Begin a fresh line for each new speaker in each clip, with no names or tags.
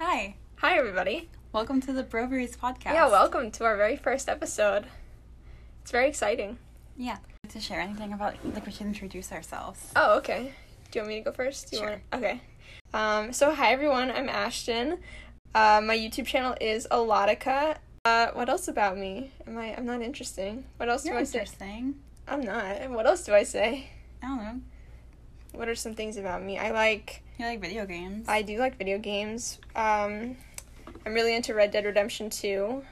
Hi,
Hi, everybody.
welcome to the Broveries podcast.
Yeah, welcome to our very first episode. It's very exciting.
Yeah. To share anything about, like, we should introduce ourselves.
Oh, okay. Do you want me to go first? Do you
Sure.
want Okay. Um, so, hi, everyone. I'm Ashton. Uh, my YouTube channel is Elotica. Uh, what else about me? Am I? I'm not interesting. What else
You're
do I say?
interesting.
I'm not. What else do I say?
I don't know.
What are some things about me? I like
You like video games.
I do like video games. Um, I'm really into Red Dead Redemption 2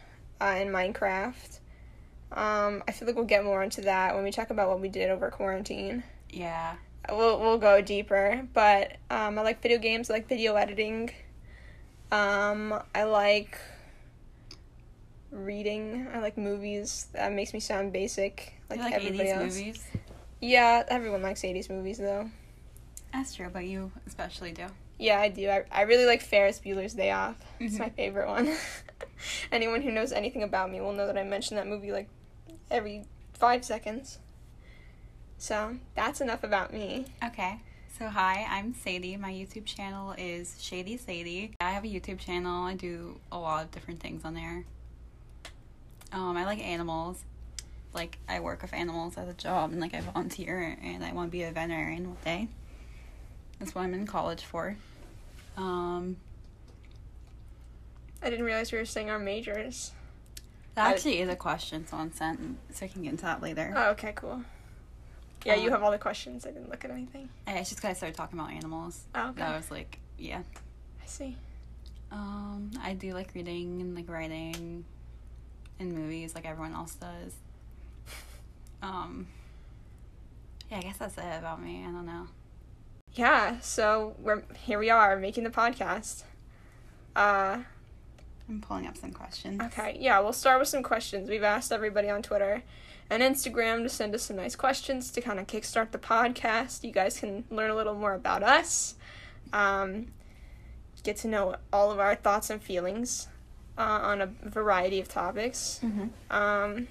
uh, and Minecraft. Um, I feel like we'll get more into that when we talk about what we did over quarantine.
yeah.
We'll, we'll go deeper, but um, I like video games, I like video editing. Um, I like reading, I like movies. That makes me sound basic, like,
you like
everybody
80s
else.
movies.
Yeah, everyone likes 80s movies though.
That's true, but you especially do.
Yeah, I do. I, I really like Ferris Bueller's Day Off. It's
Mhm.
my favorite one. Anyone who knows anything about me will know that I mention that movie like every five seconds. So that's enough about me.
Okay. So hi, I'm Sadie. My YouTube channel is Shady Sadie. I have a YouTube channel. I do a lot of different things on there. Um, I like animals. Like I work with animals as a job, and like I volunteer, and I want to be a veterinarian one day. That's what I'm in college for. Um,
I didn't realize we were saying our majors.
that
I-
actually is a question someone sent, so I can get into that later.
Oh, okay, cool. Yeah, you
Um,
have all the questions. I didn't look at anything.
I it's just because I started talking about animals.
Oh, okay.
That was like, yeah.
I see.
Um, I do like reading and like writing and movies like everyone else does. Um Yeah, I guess that's it about me. I don't know.
Yeah, so we're here. We are making the podcast. Uh,
I'm pulling up some questions.
Okay, yeah, we'll start with some questions. We've asked everybody on Twitter and Instagram to send us some nice questions to kind of kickstart the podcast. You guys can learn a little more about us, um, get to know all of our thoughts and feelings uh, on a variety of topics.
Mm-hmm.
Um,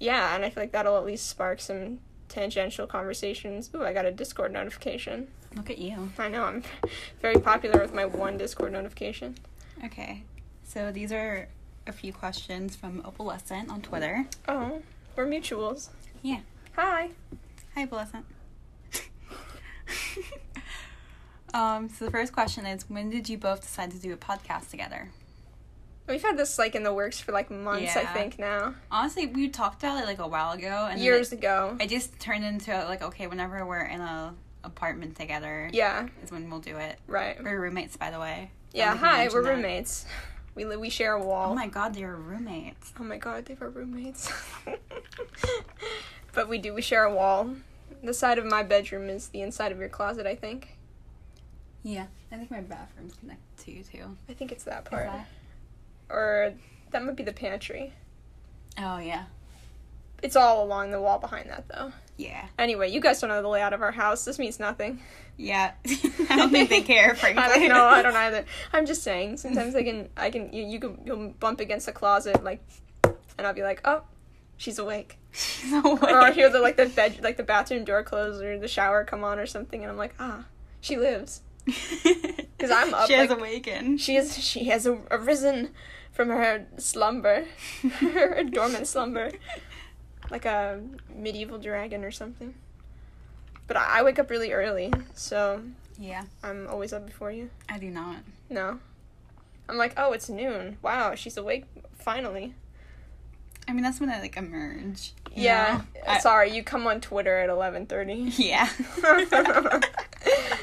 yeah, and I feel like that'll at least spark some tangential conversations. Ooh, I got a Discord notification.
Look at you.
I know, I'm very popular with my one Discord notification.
Okay. So these are a few questions from Opalescent on Twitter.
Oh, we're mutuals.
Yeah.
Hi.
Hi, Blessant. um, so the first question is when did you both decide to do a podcast together?
We've had this like in the works for like months, I
Yeah.
think now,
Honestly, we talked about it like a while ago and then it-
years ago.
I just turned into like okay, whenever we're in a apartment together,
yeah,
is when we'll do it.
right.
We're roommates, by the way.
Yeah,
I don't think I
hi, we're
mentioned that.
roommates. We li- we share a wall.
Oh my god, they're roommates.
Oh my god, they were roommates. but we do we share a wall. The side of my bedroom is the inside of your closet, I think.
Yeah, I think my bathroom's connected to you too.
I think it's that
Is
part,
that-
or that might be the pantry.
Oh yeah,
It's all along the wall behind that though.
yeah,
Anyway, you guys don't know the layout of our house. This means nothing.
yeah. I don't think they care, frankly.
I don't know. I don't either. I'm just saying. Sometimes I can, I can, you, you can, you'll bump against a closet, like, and I'll be like, oh, she's awake.
so
Or I'll hear the like the bed, like the bathroom door close or the shower come on or something, and I'm like, ah, she lives.
because
I'm up,
She has
like-
awakened.
She is. She has a- arisen from her slumber, her dormant slumber, like a medieval dragon or something. But I, I wake up really early, so
Yeah,
I'm always up before you.
I do not.
No. I'm like, oh, it's noon. Wow, she's awake finally.
I mean, that's when I like emerge. you
Yeah.
know? I-
Sorry, you come on Twitter at 11:30.
yeah.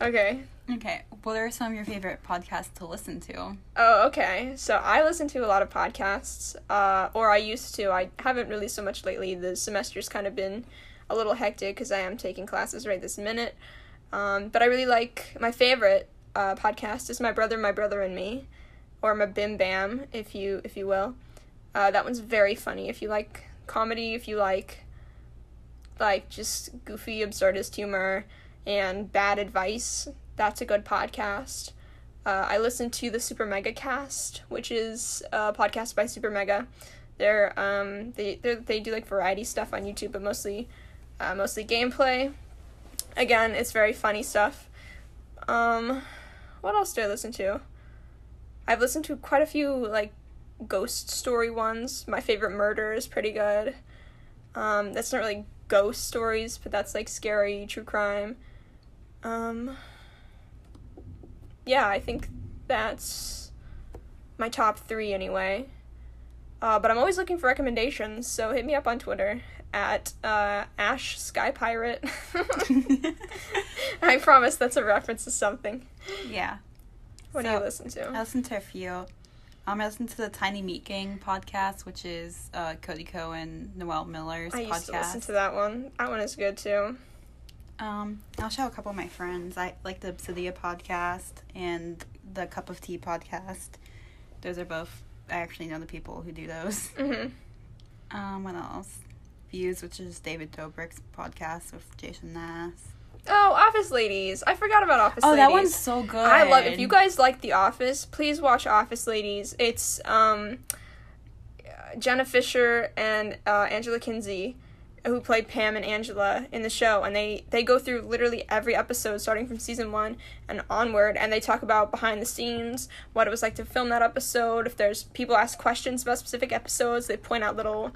Okay.
Okay, what are some of your favorite podcasts to listen to?
Oh, okay. So I listen to a lot of podcasts, uh, or I used to. I haven't really so much lately. The semester's kind of been a little hectic because I am taking classes right this minute. Um, but I really like my favorite uh, podcast is My Brother, My Brother and Me, or My Bim Bam, if you if you will. Uh, that one's very funny. If you like comedy, if you like like just goofy absurdist humor and bad advice, that's a good podcast. Uh, I listen to the Super Mega Cast, which is a podcast by Super Mega. They're um they they're, they do like variety stuff on YouTube, but mostly uh, mostly gameplay. Again, it's very funny stuff. Um, what else do I listen to? I've listened to quite a few like ghost story ones. My favorite murder is pretty good. Um, that's not really ghost stories, but that's like scary true crime. Um, yeah, I think that's my top three anyway. Uh, but I'm always looking for recommendations, so hit me up on Twitter at uh, Ash Sky Pirate. I promise that's a reference to something.
Yeah.
What do
So-
you listen to?
I listened to a few. Um, I listened to the Tiny Meat Gang podcast, which is uh, Cody Cohen, Noel Miller's
I used
podcast.
to listen to that one. That one is good too.
Um, I'll show a couple of my friends. I like the Obsidia podcast and the Cup of Tea podcast. Those are both. I actually know the people who do those.
hmm
Um, what else? Views, which is David Dobrik's podcast with Jason Nass.
Oh, Office Ladies. I forgot about Office
Oh,
Ladies.
that one's so good.
I love if you guys like The Office, please watch Office Ladies. It's um Jenna Fisher and uh, Angela Kinsey who play Pam and Angela in the show and they they go through literally every episode starting from season 1 and onward and they talk about behind the scenes, what it was like to film that episode, if there's people ask questions about specific episodes, they point out little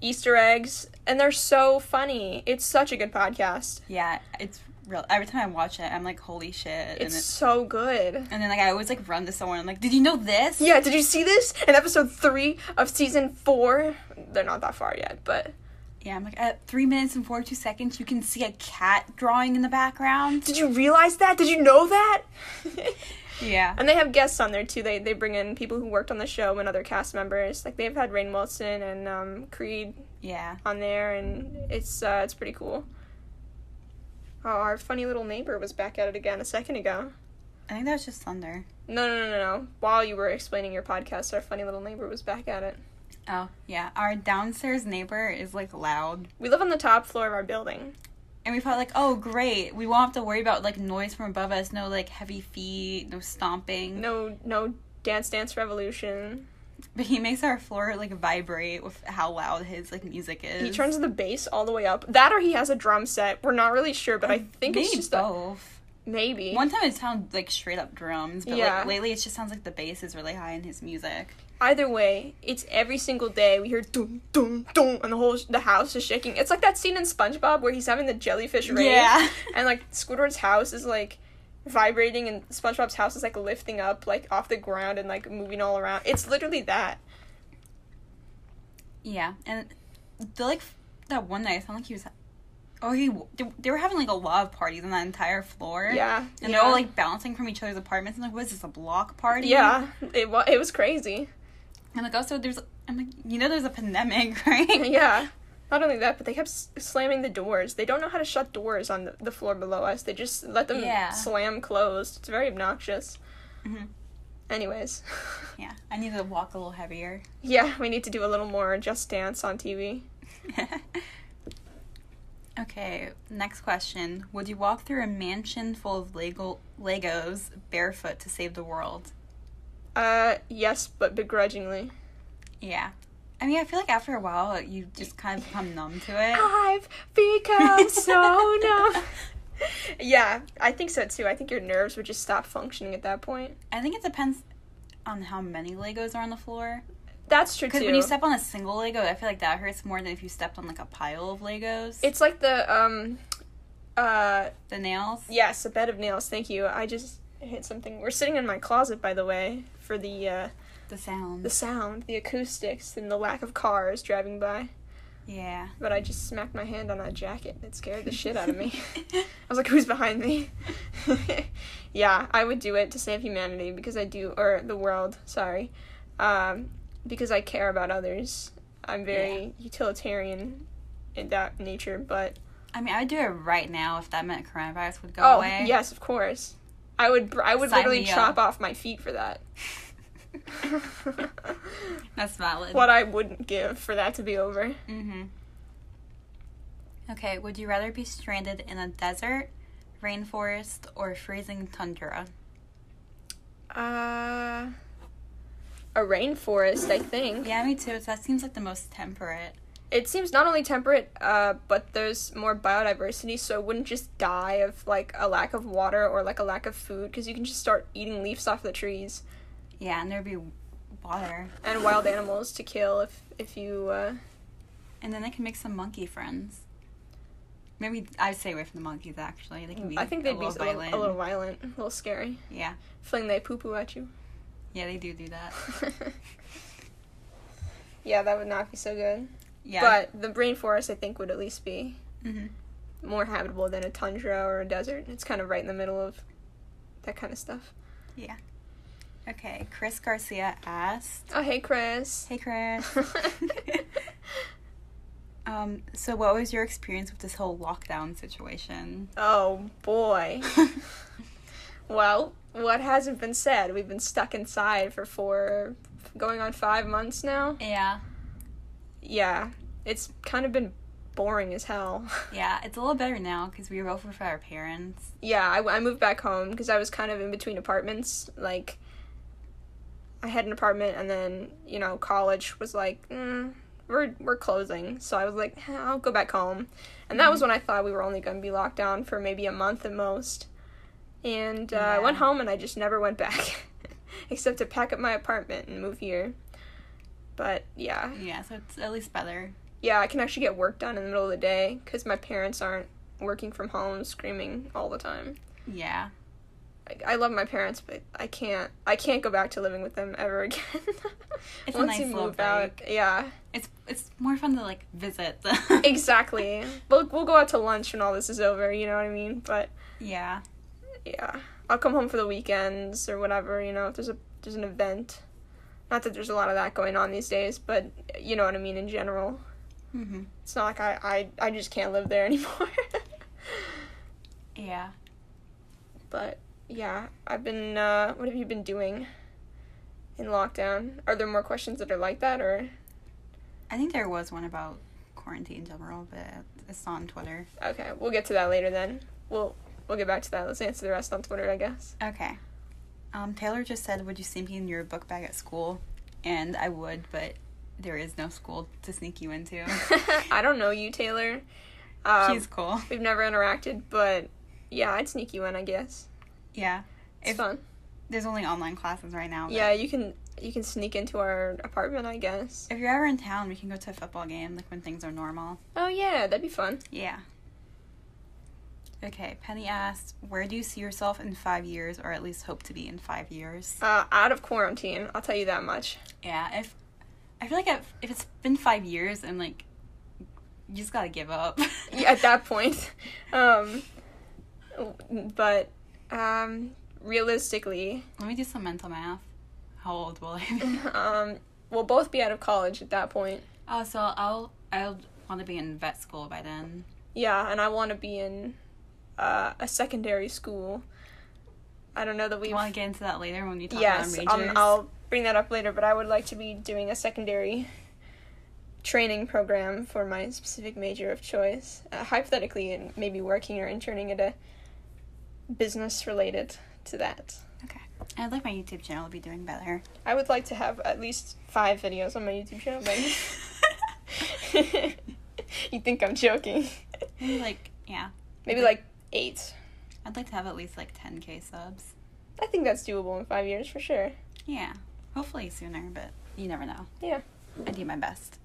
Easter eggs and they're so funny. It's such a good podcast.
Yeah, it's real. Every time I watch it, I'm like, holy shit! and
It's
it-
so good.
And then like I always like run to someone. I'm like, did you know this?
Yeah, did you see this in episode three of season four? They're not that far yet, but
Yeah, I'm like at three minutes and forty two seconds. You can see a cat drawing in the background.
did you realize that? Did you know that?
Yeah.
and they have guests on there too. They they bring in people who worked on the show and other cast members. Like they've had Rain Wilson and um, Creed
Yeah.
on there, and it's uh, it's pretty cool. Oh, our funny little neighbor was back at it again a second ago.
I think that was just thunder.
No, no, no, no, no. While you were explaining your podcast, our funny little neighbor was back at it.
Oh yeah. Our downstairs neighbor is like loud,
We live on the top floor of our building.
and we thought like, oh great, we won't have to worry about like noise from above us. No like heavy feet, no stomping.
No, no Dance Dance Revolution.
But he makes our floor like vibrate with how loud his like music is.
He turns the bass all the way up. That or he has a drum set. We're not really sure, but I think
Uh, Maybe
it's just the,
both.
maybe.
One time it sounded like straight up drums, but
Yeah.
like lately it just sounds like the bass is really high in his music.
Either way, it's every single day we hear dum dum dum, and the whole the house is shaking. It's like that scene in SpongeBob where he's having the jellyfish rave,
Yeah.
and like Squidward's house is like vibrating, and SpongeBob's house is like lifting up, like off the ground, and like moving all around. It's literally that.
Yeah, and the like f- that one night, I sound like he was, or he they, they were having like a lot of parties on that entire floor.
Yeah,
and
yeah.
they're all like bouncing from each other's apartments. and like, what is this a block party?
Yeah, it wa- it was crazy.
I'm like, also there's, I'm like, you know, there's a pandemic, right?
Yeah. Not only that, but they kept s- slamming the doors. They don't know how to shut doors on the, the floor below us. They just let them
Yeah.
slam closed. It's very obnoxious.
Mhm.
Anyways,
Yeah, I need to walk a little heavier.
yeah, we need to do a little more Just Dance on TV.
okay, next question: Would you walk through a mansion full of Lego Legos barefoot to save the world?
Uh, yes, but begrudgingly.
Yeah. I mean, I feel like after a while, you just kind of become numb to it.
I've become Ah, so numb. Yeah, I think so too. I think your nerves would just stop functioning at that point.
I think it depends on how many Legos are on the floor.
That's true too.
Because when you step on a single Lego, I feel like that hurts more than if you stepped on like a pile of Legos.
it's like the um, uh,
the nails.
Yes, a bed of nails. Thank you. I just hit something. We're sitting in my closet, by the way, for the uh,
The sound.
the sound, the acoustics, and the lack of cars driving by.
yeah.
But I just smacked my hand on a jacket. It scared the shit out of me. I was like, "Who's behind me?" yeah, I would do it to save humanity because I do, or the world. Sorry, um, because I care about others. I'm very utilitarian in that nature, but
I mean, I would do it right now if that meant coronavirus would go
oh
away.
yes, of course. I would. br- I would
Sign
literally
me up.
chop off my feet for that.
That's valid.
what I wouldn't give for that to be over.
Mm-hmm. Okay. Would you rather be stranded in a desert, rainforest, or freezing tundra?
Uh, a rainforest, I think.
Yeah, me too. So that seems like the most temperate.
it seems not only temperate, uh, but there's more biodiversity, so it wouldn't just die of like a lack of water or like a lack of food, because you can just start eating leaves off the trees
Yeah, and there'd be water.
and wild animals to kill if if you. Uh,
And then I can make some monkey friends. Maybe I'd stay away from the monkeys. Actually, they can be.
I think
a
they'd be a
little
little,
violent.
a little violent, a little scary,
Yeah,
fling they poo poo at you.
yeah, they do do that.
yeah, that would not be so good.
Yeah,
But the rainforest, I think, would at least be
Mhm.
more habitable than a tundra or a desert. It's kind of right in the middle of that kind of stuff.
yeah. Okay, Chris Garcia asked.
Oh, hey, Chris.
Hey, Chris. um, so what was your experience with this whole lockdown situation?
oh, boy. well, what hasn't been said? We've been stuck inside for four, going on five months now.
yeah,
Yeah, it's kind of been boring as hell.
yeah, it's a little better now because we were both with our parents.
yeah, I, I moved back home because I was kind of in between apartments. Like, I had an apartment, and then you know, college was like, mm, we're we're closing, so I was like, "Eh, I'll go back home, and that was when I thought we were only going to be locked down for maybe a month at most. And uh, I went
Yeah.
home, and I just never went back, except to pack up my apartment and move here. But yeah,
Yeah, so it's at least better.
yeah, I can actually get work done in the middle of the day because my parents aren't working from home screaming all the time.
Yeah,
I- I love my parents, but I can't. I can't go back to living with them ever again.
It's a nice little
yeah,
it's it's more fun to like visit.
exactly. we'll we'll go out to lunch when all this is over. You know what I mean? But
Yeah,
yeah, I'll come home for the weekends or whatever. You know, if there's a there's an event. Not that there's a lot of that going on these days, but you know what I mean in general.
hmm
It's not like I I, I just can't live there anymore.
yeah.
but yeah, I've been. Uh, what have you been doing? In lockdown, are there more questions that are like that or?
I think there was one about quarantine in general, but it's not on Twitter.
Okay, we'll get to that later then. We'll we'll get back to that. Let's answer the rest on Twitter, I guess.
Okay. Um, Taylor just said, "Would you sneak in your book bag at school?" And I would, but there is no school to sneak you into.
I don't know you, Taylor. Um,
She's cool.
we've never interacted, but yeah, I'd sneak you in, I guess.
Yeah,
It's
If-
fun.
there's only online classes right now. but
Yeah, you can you can sneak into our apartment, I guess.
If you're ever in town, we can go to a football game, like when things are normal.
Oh yeah, that'd be fun.
Yeah. Okay, Penny asked, "Where do you see yourself in five years, or at least hope to be in five years?"
Uh, out of quarantine, I'll tell you that much.
Yeah, if I feel like I've, if it's been five years and like you just gotta give up.
Yeah, at that point. Um, but um, realistically,
Let me do some mental math. How old will I be?
um, we'll both be out of college at that point.
oh, so I'll I'll want to be in vet school by then.
Yeah, and I want to be in uh, a secondary school. I don't know that
Do
we've.
you want to get into that later when we talk
yes,
about our majors?
um, I'll bring that up later, but I would like to be doing a secondary training program for my specific major of choice. Uh, hypothetically, and maybe working or interning at a business related to that.
Okay. I'd like my YouTube channel to be doing better.
I would like to have at least five videos on my YouTube channel, but you think I'm joking.
Maybe like yeah,
Maybe like eight.
I'd like to have at least like 10k subs.
I think that's doable in five years for sure.
Yeah, hopefully sooner, but you never know.
Yeah.
I do my best.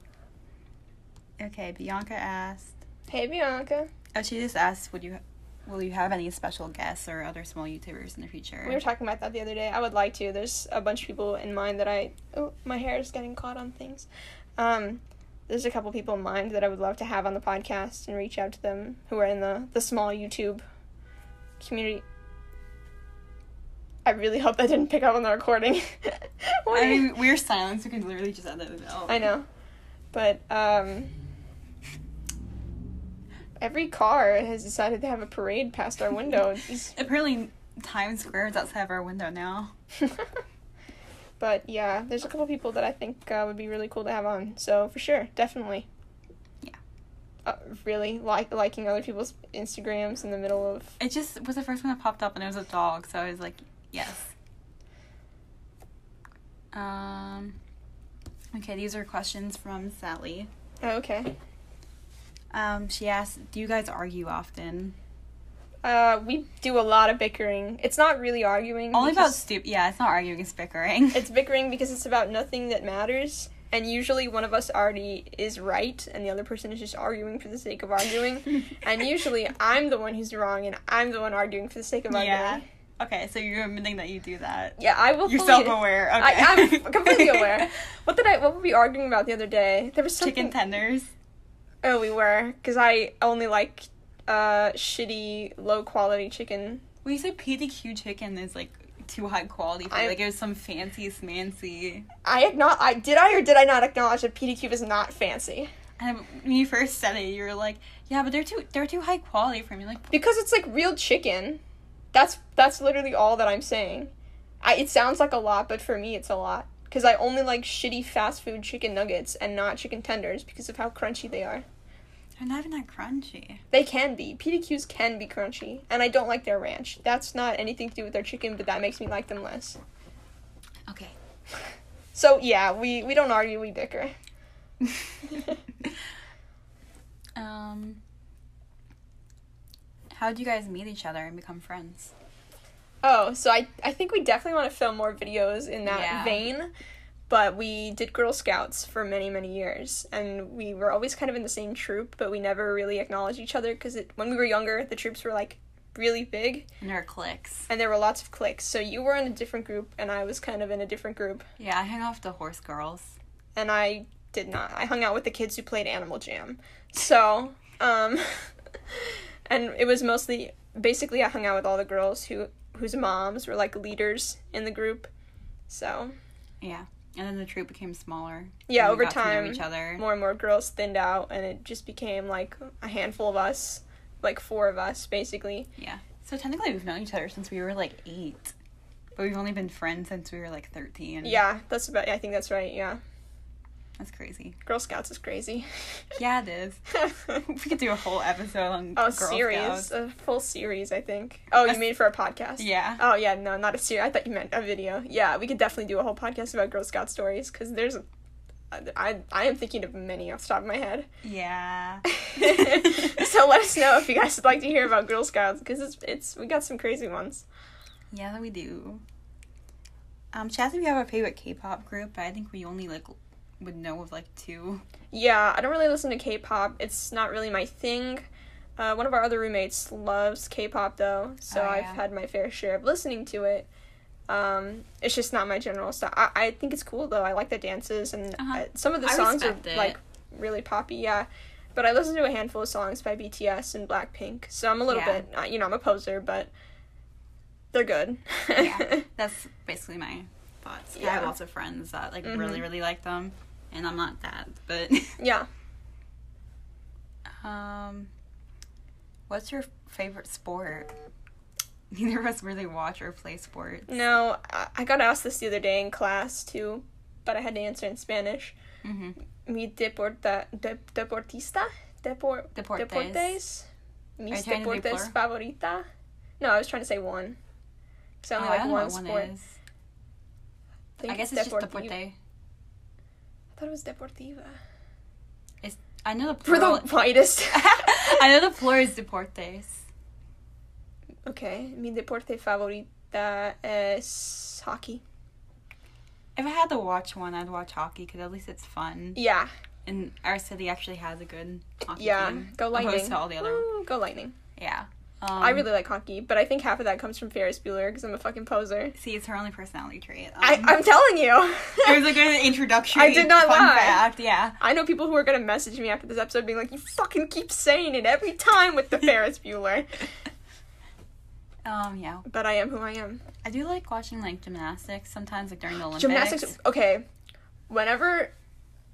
Okay, Bianca asked.
Hey Bianca.
Oh, she just asked, "Would you, will you have any special guests or other small YouTubers in the future?"
We were talking about that the other day. I would like to. There's a bunch of people in mind that I oh, my hair is getting caught on things. Um there's a couple people in mind that I would love to have on the podcast and reach out to them who are in the the small YouTube community. I really hope that didn't pick up on the recording. What?
I mean, we're silenced. We can literally just edit it out.
I know. But um every car has decided to have a parade past our window. It's-
Apparently, Times Square is outside of our window now.
but yeah, there's a couple people that I think uh, would be really cool to have on. So for sure, definitely.
Yeah.
Uh, really like liking other people's Instagrams in the middle of
It just was the first one that popped up, and it was a dog, so I was like, yes. Um. Okay, these are questions from Sally.
oh, Okay.
Um, she asked, "Do you guys argue often?"
Uh, we do a lot of bickering. It's not really arguing.
Only about
because-
stupid. Yeah, it's not arguing; Mm-hmm. it's bickering.
It's bickering because it's about nothing that matters, and usually one of us already is right, and the other person is just arguing for the sake of arguing. and usually I'm the one who's wrong, and I'm the one arguing for the sake of arguing.
yeah. Okay, so you're admitting that you do that.
Yeah, I will.
You're
fully-
self-aware. Okay.
I, I'm completely aware. What did I? What were we arguing about the other day? There was something.
Chicken tenders.
Oh, we were, because I only like uh shitty, low quality chicken.
We said PDQ chicken is like too high quality. For,
I-
like it was some fancy smancy.
I acknowledge. I did I or did I not acknowledge that PDQ is not fancy
And when you first said it, you were like, "Yeah, but they're too they're too high quality for me." Like,
because it's like real chicken. That's that's literally all that I'm saying. I, it sounds like a lot, but for me, it's a lot because I only like shitty fast food chicken nuggets and not chicken tenders because of how crunchy they are.
they're not even that crunchy.
They can be. PDQs can be crunchy, and I don't like their ranch. That's not anything to do with their chicken, but that makes me like them less.
Okay.
So yeah, we we don't argue, we bicker.
um, how do you guys meet each other and become friends?
Oh, so I I think we definitely want to film more videos in that
Yeah.
vein. But we did Girl Scouts for many, many years, and we were always kind of in the same troop, but we never really acknowledged each other because when we were younger, the troops were like really big,
And our cliques.
and there were lots of cliques. So you were in a different group, and I was kind of in a different group,
Yeah, I hang off the horse girls.
and I did not. I hung out with the kids who played Animal Jam. So, um and it was mostly basically I hung out with all the girls who whose moms were like leaders in the group. So,
Yeah, and then the troop became smaller.
Yeah,
and we
over
got to know
time,
each other.
more and more girls thinned out and it just became like a handful of us, like four of us basically.
Yeah. So technically, we've known each other since we were like eight, but we've only been friends since we were like thirteen.
Yeah, that's about I think that's right. Yeah.
that's crazy.
Girl Scouts is crazy.
Yeah, it is. We could do a whole episode on
Oh,
Girl
series,
Scouts.
a full series, I think. Oh, you
That's-
mean for a podcast?
Yeah.
Oh yeah, no, not a series. I thought you meant a video. Yeah, we could definitely do a whole podcast about Girl Scout stories because there's, a, I I am thinking of many off the top of my head.
Yeah.
so let us know if you guys would like to hear about Girl Scouts because it's it's we got some crazy ones.
Yeah, that we do. Um, she asked if we have our favorite K-pop group, but I think we only like would know of like two.
Yeah, I don't really listen to K-pop. It's not really my thing. Uh, one of our other roommates loves K-pop though, so
Oh,
I've
yeah.
had my fair share of listening to it. Um, it's just not my general style. I, I think it's cool though. I like the dances and
Uh-huh.
uh, some of the
I
songs are
respect it.
like really poppy. Yeah, but I listen to a handful of songs by BTS and Blackpink, so I'm a little
Yeah.
bit uh, you know I'm a poser, but they're good.
Yeah, that's basically my thoughts. I have
Yeah.
lots of friends that like
Mhm.
really, really like them, and I'm not that. But
yeah.
um, what's your favorite sport? Neither of us really watch or play sports.
No, I, I got asked this the other day in class too, but I had to answer in Spanish.
Mm-hmm.
mi deporta, de, deportista, depor,
Deportes.
deportes. mis
trying to do
deportes
plural?
favorita. No, I was trying to say one. Because I
Oh,
only like one sport.
is.
think
I guess it's just
deporti-
deporte.
I thought it was deportiva.
It's I know the
For
plural.
the whitest.
I know the plural is deportes.
okay, mi deporte favorita es hockey.
If I had to watch one, I'd watch hockey because at least it's fun.
Yeah,
And our city actually has a good hockey
yeah.
team.
Go lightning.
Opposed to all the other.
Woo, go lightning.
Yeah. Um,
I really like hockey, but I think half of that comes from Ferris Bueller because I'm a fucking poser.
see it's her only personality trait.
I,
Um,
I'm telling you.
it was a good introduction.
I did not
fun
lie.
Fact. Yeah.
I know people who are gonna message me after this episode being like, you fucking keep saying it every time with the Ferris Bueller.
Um. Yeah.
But I am who I am.
I do like watching like gymnastics sometimes, like during the Olympics.
Gymnastics, okay. Whenever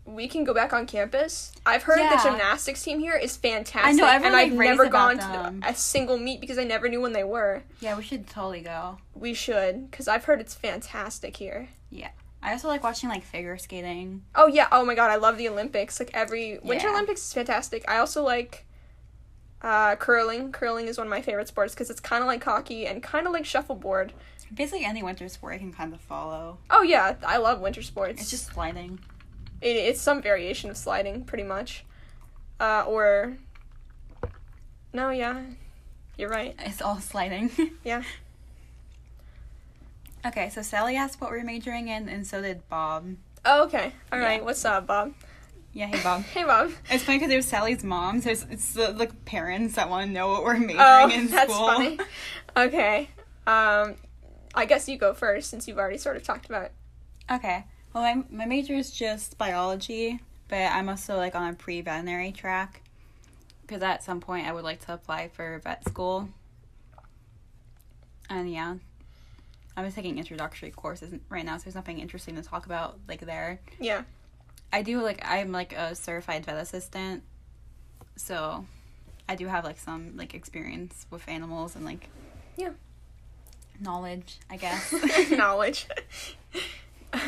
we can go back on campus, I've heard
Yeah.
the gymnastics team here is fantastic.
I know, everyone,
and I've
like, raves
never
about
gone
them.
to the, a single meet because I never knew when they were.
Yeah, we should totally go.
We should, because I've heard it's fantastic here.
I also like watching like figure skating.
Oh yeah, oh my god, I love the Olympics. Like every Winter
Yeah.
Olympics is fantastic. I also like uh, curling. Curling is one of my favorite sports because it's kind of like hockey and kind of like shuffleboard.
Basically, any winter sport I can kind of follow.
Oh yeah, I love winter sports.
It's just sliding.
It, it's some variation of sliding, pretty much. Uh, or. No, yeah. You're right.
It's all sliding.
Yeah.
okay, so Sally asked what we're majoring in, and so did Bob.
Oh, okay. All
Yeah. Um,
right. What's up, Bob?
Yeah, hey, Bob.
Hey, Bob.
It's funny because it was Sally's mom, so it's, it's the like, parents that want to know what we're majoring
Oh,
in
that's
school.
funny. Okay. Um, I guess you go first since you've already sort of talked about.
Okay. Well, my, my major is just biology, but I'm also like on a pre veterinary track because at some point I would like to apply for vet school. And yeah, I'm just taking introductory courses right now, so there's nothing interesting to talk about like there.
Yeah.
I do like I'm like a certified vet assistant, so I do have like some like experience with animals and like
Yeah.
knowledge, I guess.
Knowledge.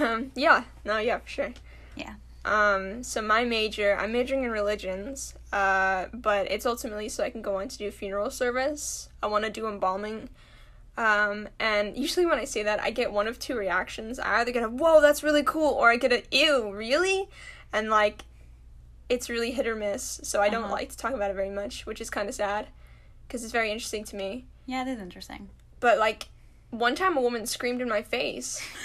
um, yeah. No. Yeah. For sure.
Yeah.
Um, so my major, I'm majoring in religions, uh, but it's ultimately so I can go on to do funeral service. I want to do embalming. Um, and usually when I say that, I get one of two reactions. I either get a, whoa, that's really cool, or I get a, ew, really? And like, it's really hit or miss, so I don't
Uh-huh.
like to talk about it very much, which is kind of sad, because it's very interesting to me.
yeah, it is interesting.
But like, one time a woman screamed in my face.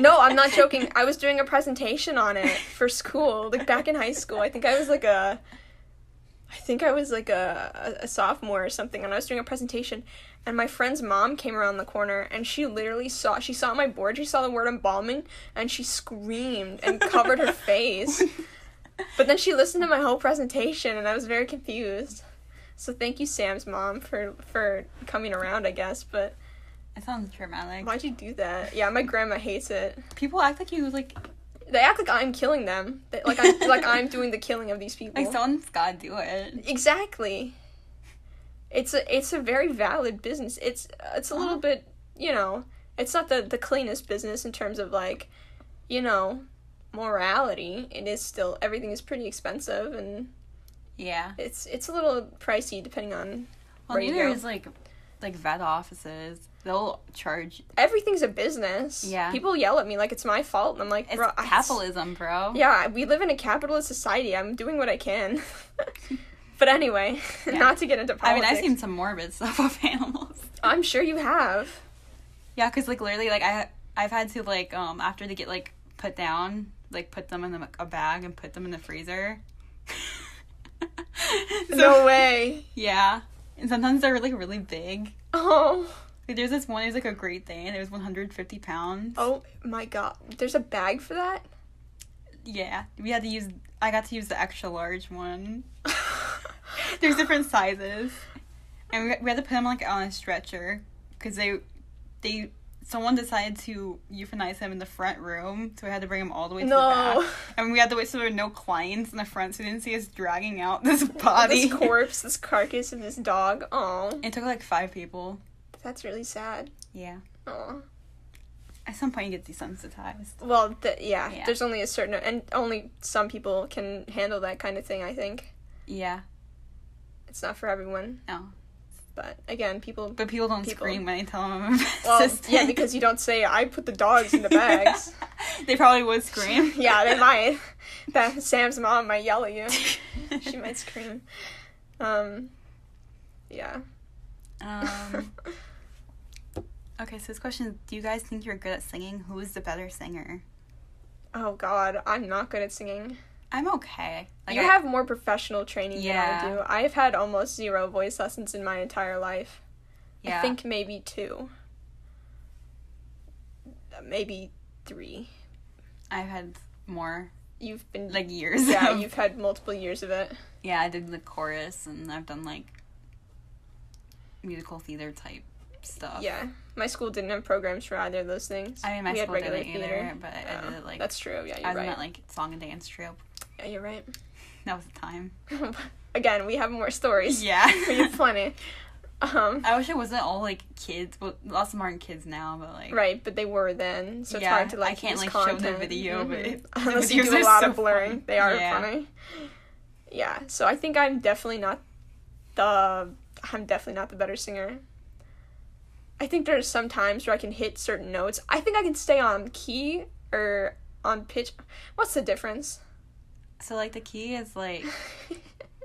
No, I'm not joking. I was doing a presentation on it for school, like back in high school. I think I was like a, I think I was like a, a sophomore or something, and I was doing a presentation, and my friend's mom came around the corner, and she literally saw she saw my board, she saw the word embalming, and she screamed and covered her face. But then she listened to my whole presentation, and I was very confused. So thank you, Sam's mom, for for coming around, I guess. But
It sounds traumatic.
why'd you do that? Yeah, my grandma hates it.
People act like you like
They act like I'm killing them. That- Like I'm like I'm doing the killing of these people.
like someone's gotta do it.
exactly. It's a it's a very valid business. It's it's a little
Uh-huh.
bit you know it's not the the cleanest business in terms of like you know morality. It is still everything is pretty expensive and
Yeah.
it's it's a little pricey depending on
Well,
where you
neither
go.
is like like vet offices. They'll charge.
everything's a business.
Yeah.
people yell at me like it's my fault, and I'm like,
It's
bro, I-
capitalism, bro.
Yeah, we live in a capitalist society. I'm doing what I can. but anyway,
Yeah.
not to get into
I mean,
politics.
I've seen some morbid stuff with animals.
am sure you have.
Yeah, because like literally, like I I've had to like um after they get like put down, like put them in a, a bag and put them in the freezer. So-
no way.
Yeah, and sometimes they're like really big.
Oh,
Like, there's this one is like a Great Dane. It was 150 pounds.
oh my God. There's a bag for that.
Yeah, we had to use. I got to use the extra large one. There's different sizes, and we, we had to put them like on a stretcher because they, they, someone decided to euthanize him in the front room, so we had to bring him all the way to the
No.
back, and we had to wait so there were no clients in the front, so they didn't see us dragging out this body.
This corpse, this carcass of this dog. Oh,
It took like five people.
that's really sad.
Yeah,
Oh.
at some point you get desensitized.
Well, th- yeah,
Yeah.
There's only a certain and only some people can handle that kind of thing. I think
Yeah,
it's not for everyone.
no,
But again, people.
but people don't
People-
scream when I tell them. I'm a
Well,
assistant.
yeah, because you don't say I put the dogs in the bags.
they probably would scream.
yeah, they might. That Sam's mom might yell at you. She might scream. Um, yeah.
Um, okay, so this question is, Do you guys think you're good at singing? Who is the better singer?
oh God, I'm not good at singing.
I'm okay. Like,
you
I-
have more professional training
Yeah.
than I do. I have had almost zero voice lessons in my entire life.
yeah.
I think maybe two, Uh, maybe three.
I've had more,
You've been
like, years.
yeah,
of-
you've had multiple years of it.
yeah, I did the chorus and I've done, like, musical theater type stuff.
Yeah, my school didn't have programs for either of those things.
Oh. I mean, my
we
school
had
didn't
regular
either,
theater.
but I
Oh,
did it, like,
that's true. Yeah,
I
you're
was in
right.
that, like, song and dance troupe.
Yeah, you're right.
That was the time.
Again, we have more stories.
Yeah.
We have plenty. Um,
I wish it wasn't all, like, kids. Well, lots of them aren't kids now, but, like,
right, but they were then, so
Yeah,
it's hard to
I
like.
can't,
use
like, show the
content.
video, but
Mhm.
the
unless you
videos
do
are
a lot
so
of blurring,
funny.
they are
Yeah.
funny. Yeah, so I think I'm definitely not the. I'm definitely not the better singer. I think there's some times where I can hit certain notes. I think I can stay on key or on pitch. What's the difference?
So like the key is like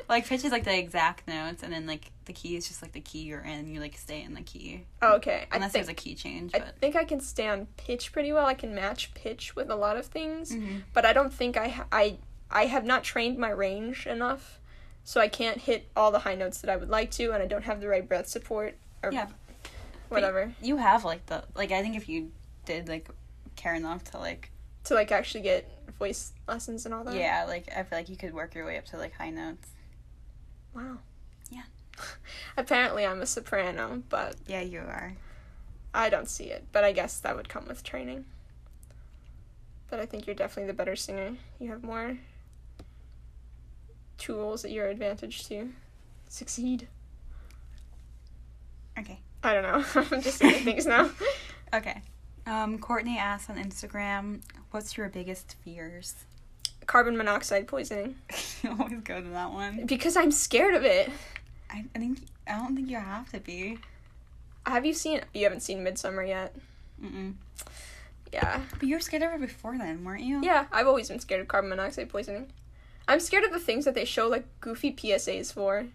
like pitch is like the exact notes, and then like the key is just like the key you're in. You like stay in the key
okay. I
unless
think,
there's a key change.
I
But
think I can stay on pitch pretty well. I can match pitch with a lot of things,
Mhm.
but I don't think I ha- I I have not trained my range enough, so I can't hit all the high notes that I would like to, and I don't have the right breath support or
Yeah.
whatever
you have like the like I think if you did like care enough to like
to like actually get voice lessons and all that.
yeah like I feel like you could work your way up to like high notes.
Wow.
Yeah.
Apparently, I'm a soprano, but
Yeah, you are.
I don't see it. But I guess that would come with training. But I think you're definitely the better singer. You have more tools at your advantage to succeed.
Okay.
I don't know. I'm just saying things now.
Okay. Um, Courtney asks on Instagram, "What's your biggest fears?"
Carbon monoxide poisoning.
you always go to that one.
Because I'm scared of it.
I, I think I don't think you have to be.
Have you seen? You haven't seen Midsummer yet.
Mm-mm.
Yeah.
But you were scared of it before then, weren't you?
Yeah, I've always been scared of carbon monoxide poisoning. I'm scared of the things that they show like goofy PSAs for.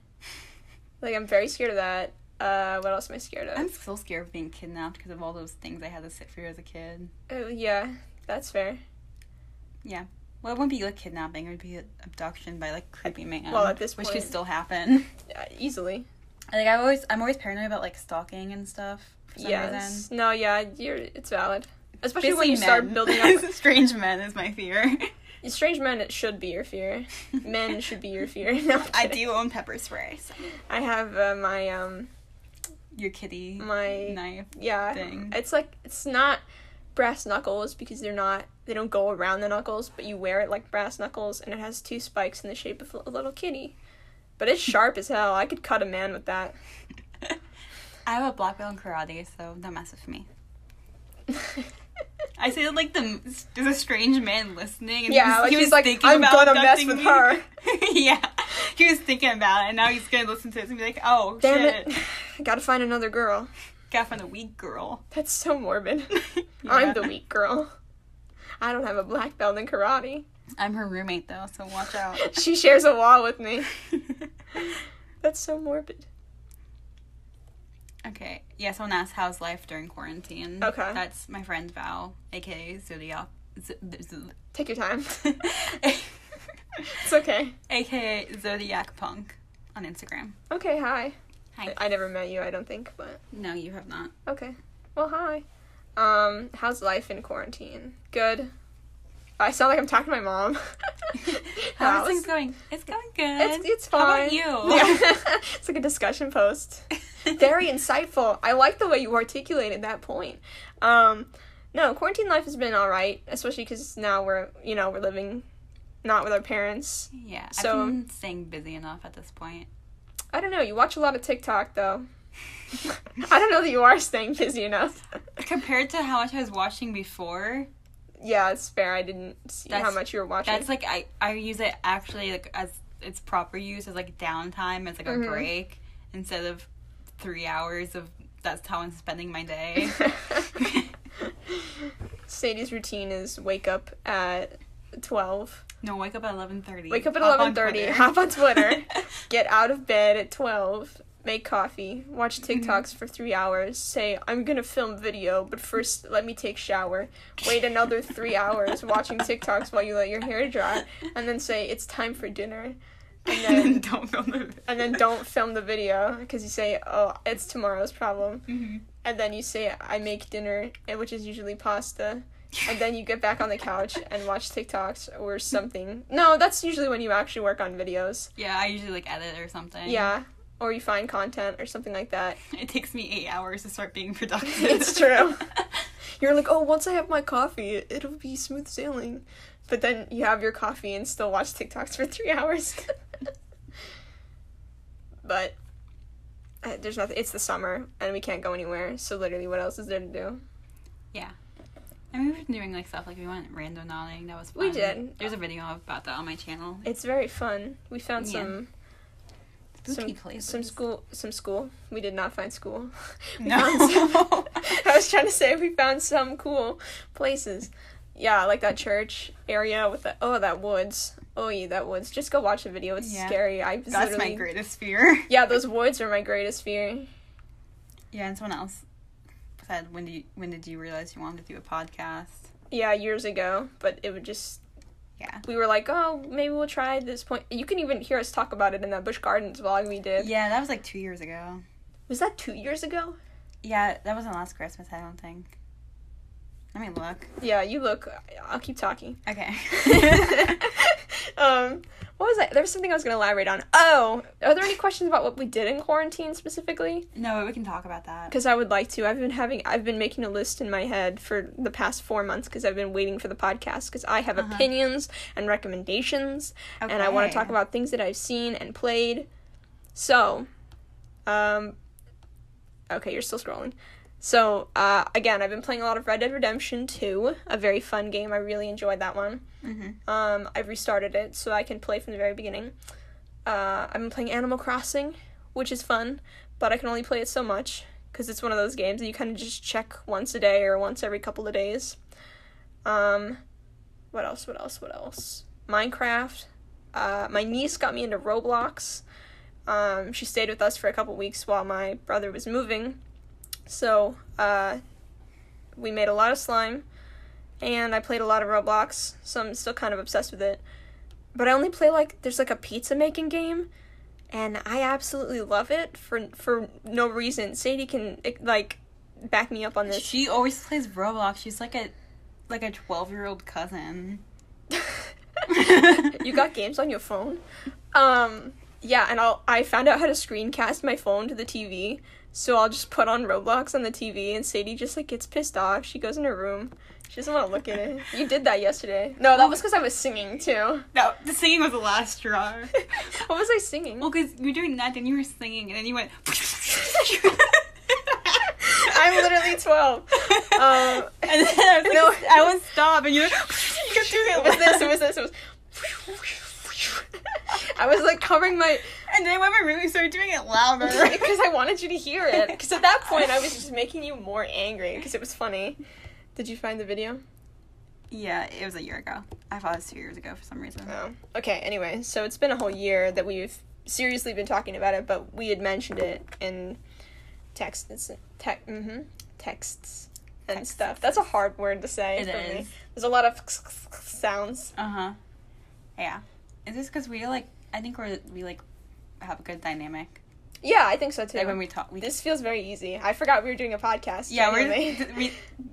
Like I'm very scared of that. Uh, what else am I scared of?
I'm still scared of being kidnapped because of all those things I had to sit through as a kid.
Oh, yeah, that's fair.
Well, it wouldn't be like kidnapping; it would be abduction by like creepy man.
Well, at this
which could
point-
still happen.
Uh, easily.
Like I always, I'm always paranoid about like stalking and stuff. For some
Yes.
reason.
No. Yeah. You're. It's valid. Especially when
Busy
you start
men.
building up.
Strange men is my fear.
Strange men. It should be your fear. Men should be your fear. No, I'm
I
kidding.
do own pepper spray. So.
I have uh, my um
Your kitty
my
knife.
yeah.
thing.
It's like it's not brass knuckles because they're not they don't go around the knuckles, but you wear it like brass knuckles, and it has two spikes in the shape of a little kitty. But it's sharp as hell. I could cut a man with that.
I have a black belt in karate, so don't mess with me. I say that like the there's a strange man listening, and
Yeah, like, he's like, "I'm gonna mess
abducting
with
me."
her.
yeah, he was thinking about it, and now he's gonna listen to this and be like, "Oh
Damn
shit,
it! I gotta find another girl.
got from the weak girl."
That's so morbid.
Yeah.
I'm the weak girl. I don't have a black belt in karate.
I'm her roommate though, so watch out.
She shares a wall with me. That's so morbid.
okay, yeah. Someone asked, "How's life during quarantine?"
Okay.
that's my friend Val, aka Zodiac. Z- Z-
Take your time. It's okay.
aka Zodiac Punk on Instagram.
Okay, hi.
Hi.
I- I never met you, I don't think, but
No, you have not.
Okay. Well, hi. Um, how's life in quarantine? Good. I sound like I'm talking to my mom.
How
How's-
is things going? It's going good.
It's it's
How
fine.
about you?
Yeah. it's like a discussion post. Very insightful. I like the way you articulated that point. Um, no, quarantine life has been all right, especially because now we're you know we're living not with our parents.
Yeah,
So-
I've been staying busy enough at this point.
I don't know. You watch a lot of TikTok though. I don't know that you are staying busy enough.
Compared to how much I was watching before,
yeah, it's fair. I didn't see how
That's-
much you were watching.
that's like I I use it actually like as its proper use as like downtime as like a
Mhm.
break instead of three hours of that's how I'm spending my day.
Sadie's routine is wake up at 12,
no, wake up at eleven thirty.
wake up at 11:30, hop on Twitter, get out of bed at 12, make coffee, watch
Mm-hmm.
TikToks for 3 hours, say I'm going to film video, but first let me take shower. Wait another 3 hours watching TikToks while you let your hair dry and then say it's time for dinner. And then
don't film the
and then don't film the video because you say, "Oh, it's tomorrow's problem."
Mhm.
And then you say, "I make dinner," and- which is usually pasta. And then you get back on the couch and watch TikToks or something. No, that's usually when you actually work on videos.
Yeah, I usually like edit or something.
Yeah, or you find content or something like that.
It takes me eight hours to start being productive.
It's true. You're like, "Oh, once I have my coffee, it'll be smooth sailing." But then you have your coffee and still watch TikToks for 3 hours. but uh, there's nothing. It's the summer and we can't go anywhere. So literally, what else is there to do?
I mean, we've been doing like stuff like we went random nodding. That was fun.
We did.
There's a video about that on my channel.
It's very fun. We found
Yeah.
some
Spooky
some
places.
some school some school. We did not find school. We
No.
found some- I was trying to say we found some cool places. yeah, like that church area with the oh that woods. Oh yeah, that woods. Just go watch the video. It's
Yeah.
scary. I was
That's my
literally
greatest fear.
yeah, those woods are my greatest fear.
Yeah, and someone else said, "When do you, when did you realize you wanted to do a podcast?"
Yeah, years ago, but it would just
Yeah.
we were like, oh, maybe we'll try this point. You can even hear us talk about it in that Bush Gardens vlog we did.
Yeah, that was like two years ago.
Was that two years ago?
Yeah, that wasn't last Christmas. I don't think. Let me look.
Yeah, you look. I'll keep talking.
Okay.
um, what was that? There was something I was going to elaborate on. Oh, are there any questions about what we did in quarantine specifically?
no, we can talk about that.
Because I would like to. I've been having. I've been making a list in my head for the past four months because I've been waiting for the podcast because I have
Uh-huh.
opinions and recommendations, and I want to talk
Okay.
about things that I've seen and played. So, um, okay, you're still scrolling. So, uh, again, I've been playing a lot of Red Dead Redemption 2, a very fun game. I really enjoyed that one.
Mhm.
Um, I've restarted it so I can play from the very beginning. Uh, I've been playing Animal Crossing, which is fun, but I can only play it so much because it's one of those games that you kind of just check once a day or once every couple of days. Um, what else? What else? What else? Minecraft. Uh, my niece got me into Roblox. Um, she stayed with us for a couple weeks while my brother was moving. So uh, we made a lot of slime, and I played a lot of Roblox. So I'm still kind of obsessed with it. But I only play like there's like a pizza making game, and I absolutely love it for for no reason. Sadie can like back me up on this.
She always plays Roblox. She's like a like a twelve year old cousin.
you got games on your phone um yeah and i'll i found out how to screencast my phone to the tv so i'll just put on roblox on the tv and sadie just like gets pissed off she goes in her room she doesn't want to look at it you did that yesterday no that was because i was singing too
No, the singing was the last straw.
what was i singing
well, because you were doing that, then you were singing, and then you went.
i'm literally 12 um
and then I was like,
No.
I would stop, and you're like, you kept doing
it was this it was this it was i was like covering my
And then when my roommate started doing it louder,
because I wanted you to hear it. Because at that point, I was just making you more angry because it was funny. Did you find the video?
yeah, it was a year ago. I thought it was two years ago for some reason.
Oh. Okay, anyway, so it's been a whole year that we've seriously been talking about it, but we had mentioned it in texts, tec- hmm texts and
Texts.
stuff. That's a hard word to say
It
for me.
is.
There's a lot of sounds.
Uh huh. Yeah. Is this because we like? I think we're we like have a good dynamic.
Yeah, I think so too.
Like when we talk, we
this feels very easy. I forgot we were doing a podcast.
yeah we're
genuinely.
th- we.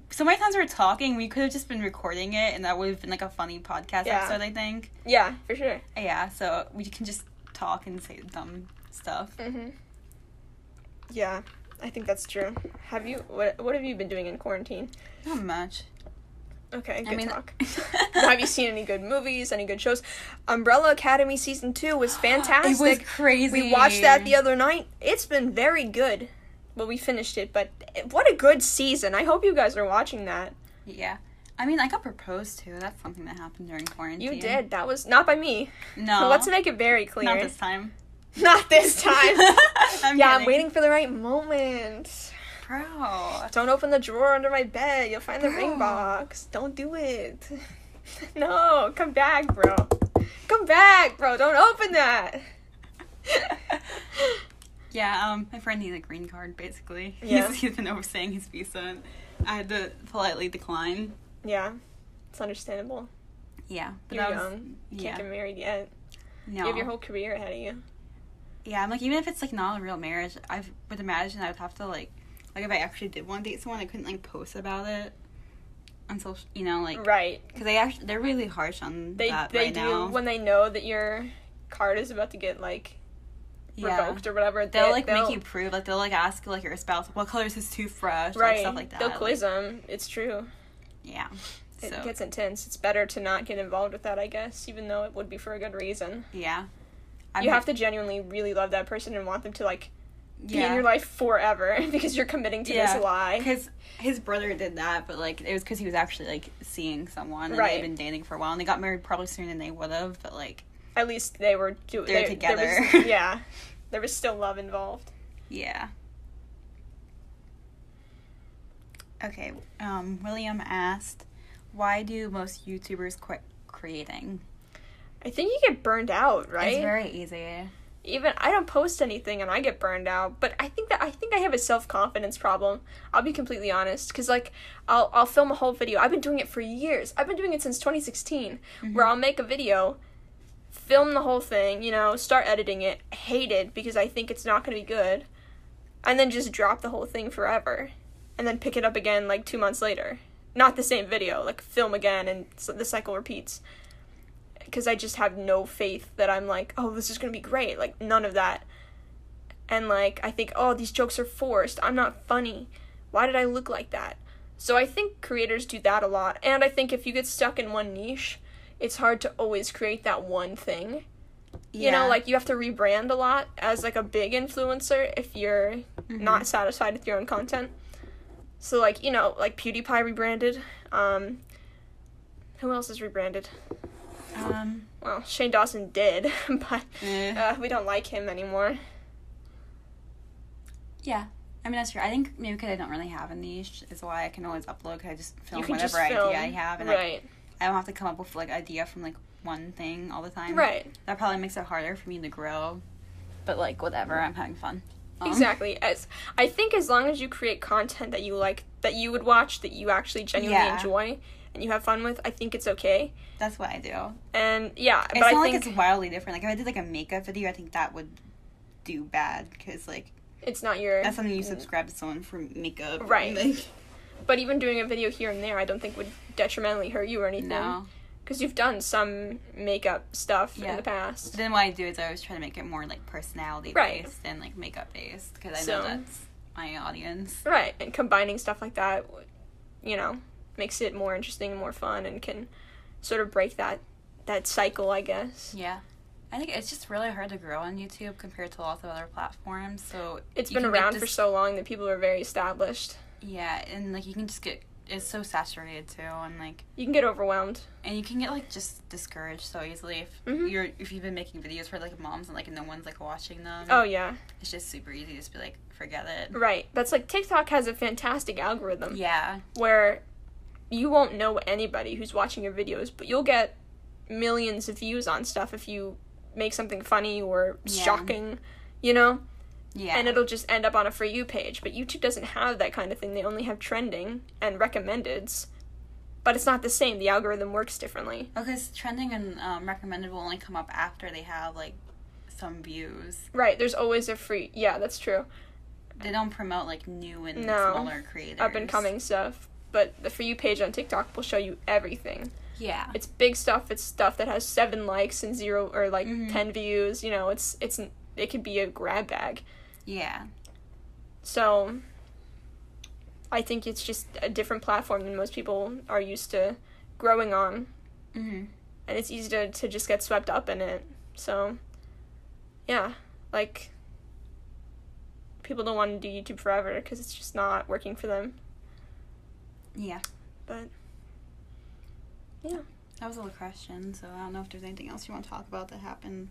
So many times we we're talking, we could have just been recording it, and that would have been like a funny podcast
Yeah.
episode. I think. Uh,
yeah, for sure.
Yeah. So we can just talk and say dumb stuff.
Mm-hmm. Yeah, I think that's true. Have you what What have you been doing in quarantine?
Not much.
Okay, good
I mean,
talk. have you seen any good movies? Any good shows? Umbrella Academy season two was fantastic.
It was crazy.
we watched that the other night. It's been very good. Well, we finished it, but eh, what a good season! I hope you guys are watching that.
Yeah. I mean, I got proposed to. That's something that happened during quarantine.
You did. That was not by me.
No.
Let's make it very clear.
Not this time.
Not this time.
I'm
yeah, I'm
kidding.
waiting for the right moment.
Bro.
Don't open the drawer under my bed. You'll find the
Bro.
ring box. Don't do it. no, come back, bro. Come back, bro. Don't open that.
Yeah, um, my friend needs a green card, basically.
Yeah.
He's, he's been overstaying his visa, and I had to politely decline.
yeah, it's understandable.
Yeah. But
You're
that was,
young. You
yeah.
can't get married yet.
no.
You have your whole career ahead of you.
yeah, I'm like, even if it's, like, not a real marriage, I would imagine I would have to, like, like, if I actually did want to date someone, I couldn't, like, post about it on social, you know, like,
Right.
because they actually, they're really harsh on
They
that
they
right
do
now.
when they know that your card is about to get like
yeah.
revoked or whatever.
They'll,
they-
like, make you prove, like, they'll, like, ask, like, your spouse, what color is his toothbrush,
right.
like, stuff like that.
They'll
like,
quiz them. It's true.
yeah.
It
so,
gets intense. It's better to not get involved with that, I guess, even though it would be for a good reason.
yeah. I'm,
you have to genuinely really love that person and want them to like be
yeah.
in your life forever because you're committing to
Yeah.
this lie.
Because his brother did that, but like it was because he was actually like seeing someone, and
Right.
they've been dating for a while, and they got married probably sooner than they would have. But like,
At least they were doing
They're together.
yeah, there was still love involved.
yeah. Okay. Um, William asked, why do most YouTubers quit creating?
I think you get burned out, right?
It's very easy.
even I don't post anything and I get burned out. But I think that I think I have a self confidence problem. I'll be completely honest, because like I'll I'll film a whole video. I've been doing it for years. I've been doing it since 2016, where I'll make a video, film the whole thing, you know, start editing it, hate it because I think it's not going to be good, and then just drop the whole thing forever, and then pick it up again like two months later. Not the same video, like film again, and so the cycle repeats because I just have no faith that I'm like, oh, this is gonna be great. Like none of that. And like I think, oh, these jokes are forced. I'm not funny. Why did I look like that? So I think creators do that a lot. And I think if you get stuck in one niche, it's hard to always create that one thing. You know, like you have to rebrand a lot as like a big influencer if you're not satisfied with your own content. So like, you know, like PewDiePie rebranded. Um who else is rebranded?
um,
Well, Shane Dawson did, but
Eh.
uh, we don't like him anymore.
yeah. I mean, that's true. I think maybe because I don't really have a niche is why I can always upload because I just film
you can
whatever
just
idea
film,
I have, and
right?
I, I don't have to come up with like idea from like one thing all the time.
right.
That probably makes it harder for me to grow. But like whatever, I'm having fun. Um,
Exactly. As I think, as long as you create content that you like, that you would watch, that you actually genuinely
Yeah.
enjoy, and you have fun with, I think it's okay.
That's what I do.
And yeah,
It's
but
not
I
like
think
it's wildly different. Like if I did like a makeup video, I think that would do bad because like
it's not your.
that's something you subscribe to someone for makeup, and,
Right.
Like,
But even doing a video here and there, I don't think would detrimentally hurt you or anything.
no.
Because you've done some makeup stuff in
Yeah.
the past.
Then what I do is I always try to make it more like personality
Right.
based than like makeup based because I
So-
know that's my audience.
Right, and combining stuff like that, w- you know, makes it more interesting and more fun, and can sort of break that that cycle, I guess.
Yeah. I think it's just really hard to grow on YouTube compared to lots of other platforms. So
It's
you
been
can get
around for
dis-
so long that people are very established.
yeah, and like you can just get it's so saturated too, and like
You can get overwhelmed.
and you can get like just discouraged so easily if
Mhm.
you're if you've been making videos for like moms and like no one's like watching them.
Oh yeah,
it's just super easy to just be like forget it.
right. That's like TikTok has a fantastic algorithm
Yeah,
where you won't know anybody who's watching your videos, but you'll get millions of views on stuff if you make something funny or
Yeah.
shocking, you know.
yeah,
and it'll just end up on a for you page. But YouTube doesn't have that kind of thing. They only have trending and recommendeds. But it's not the same. The algorithm works differently.
because trending and um, recommended will only come up after they have like some views.
Right, there's always a free Yeah, that's true.
They don't promote like new and
No.
smaller creators.
Up and coming stuff. But the for you page on TikTok will show you everything.
Yeah,
It's big stuff, it's stuff that has seven likes and zero or like
Mhm.
ten views, you know, it's it's it could be a grab bag.
yeah.
So I think it's just a different platform than most people are used to growing on.
hmm
and it's easy to, to just get swept up in it. So, yeah, like people don't want to do YouTube forever because it's just not working for them.
Yeah,
But
that was all the questions. So I don't know if there's anything else you want to talk about that happened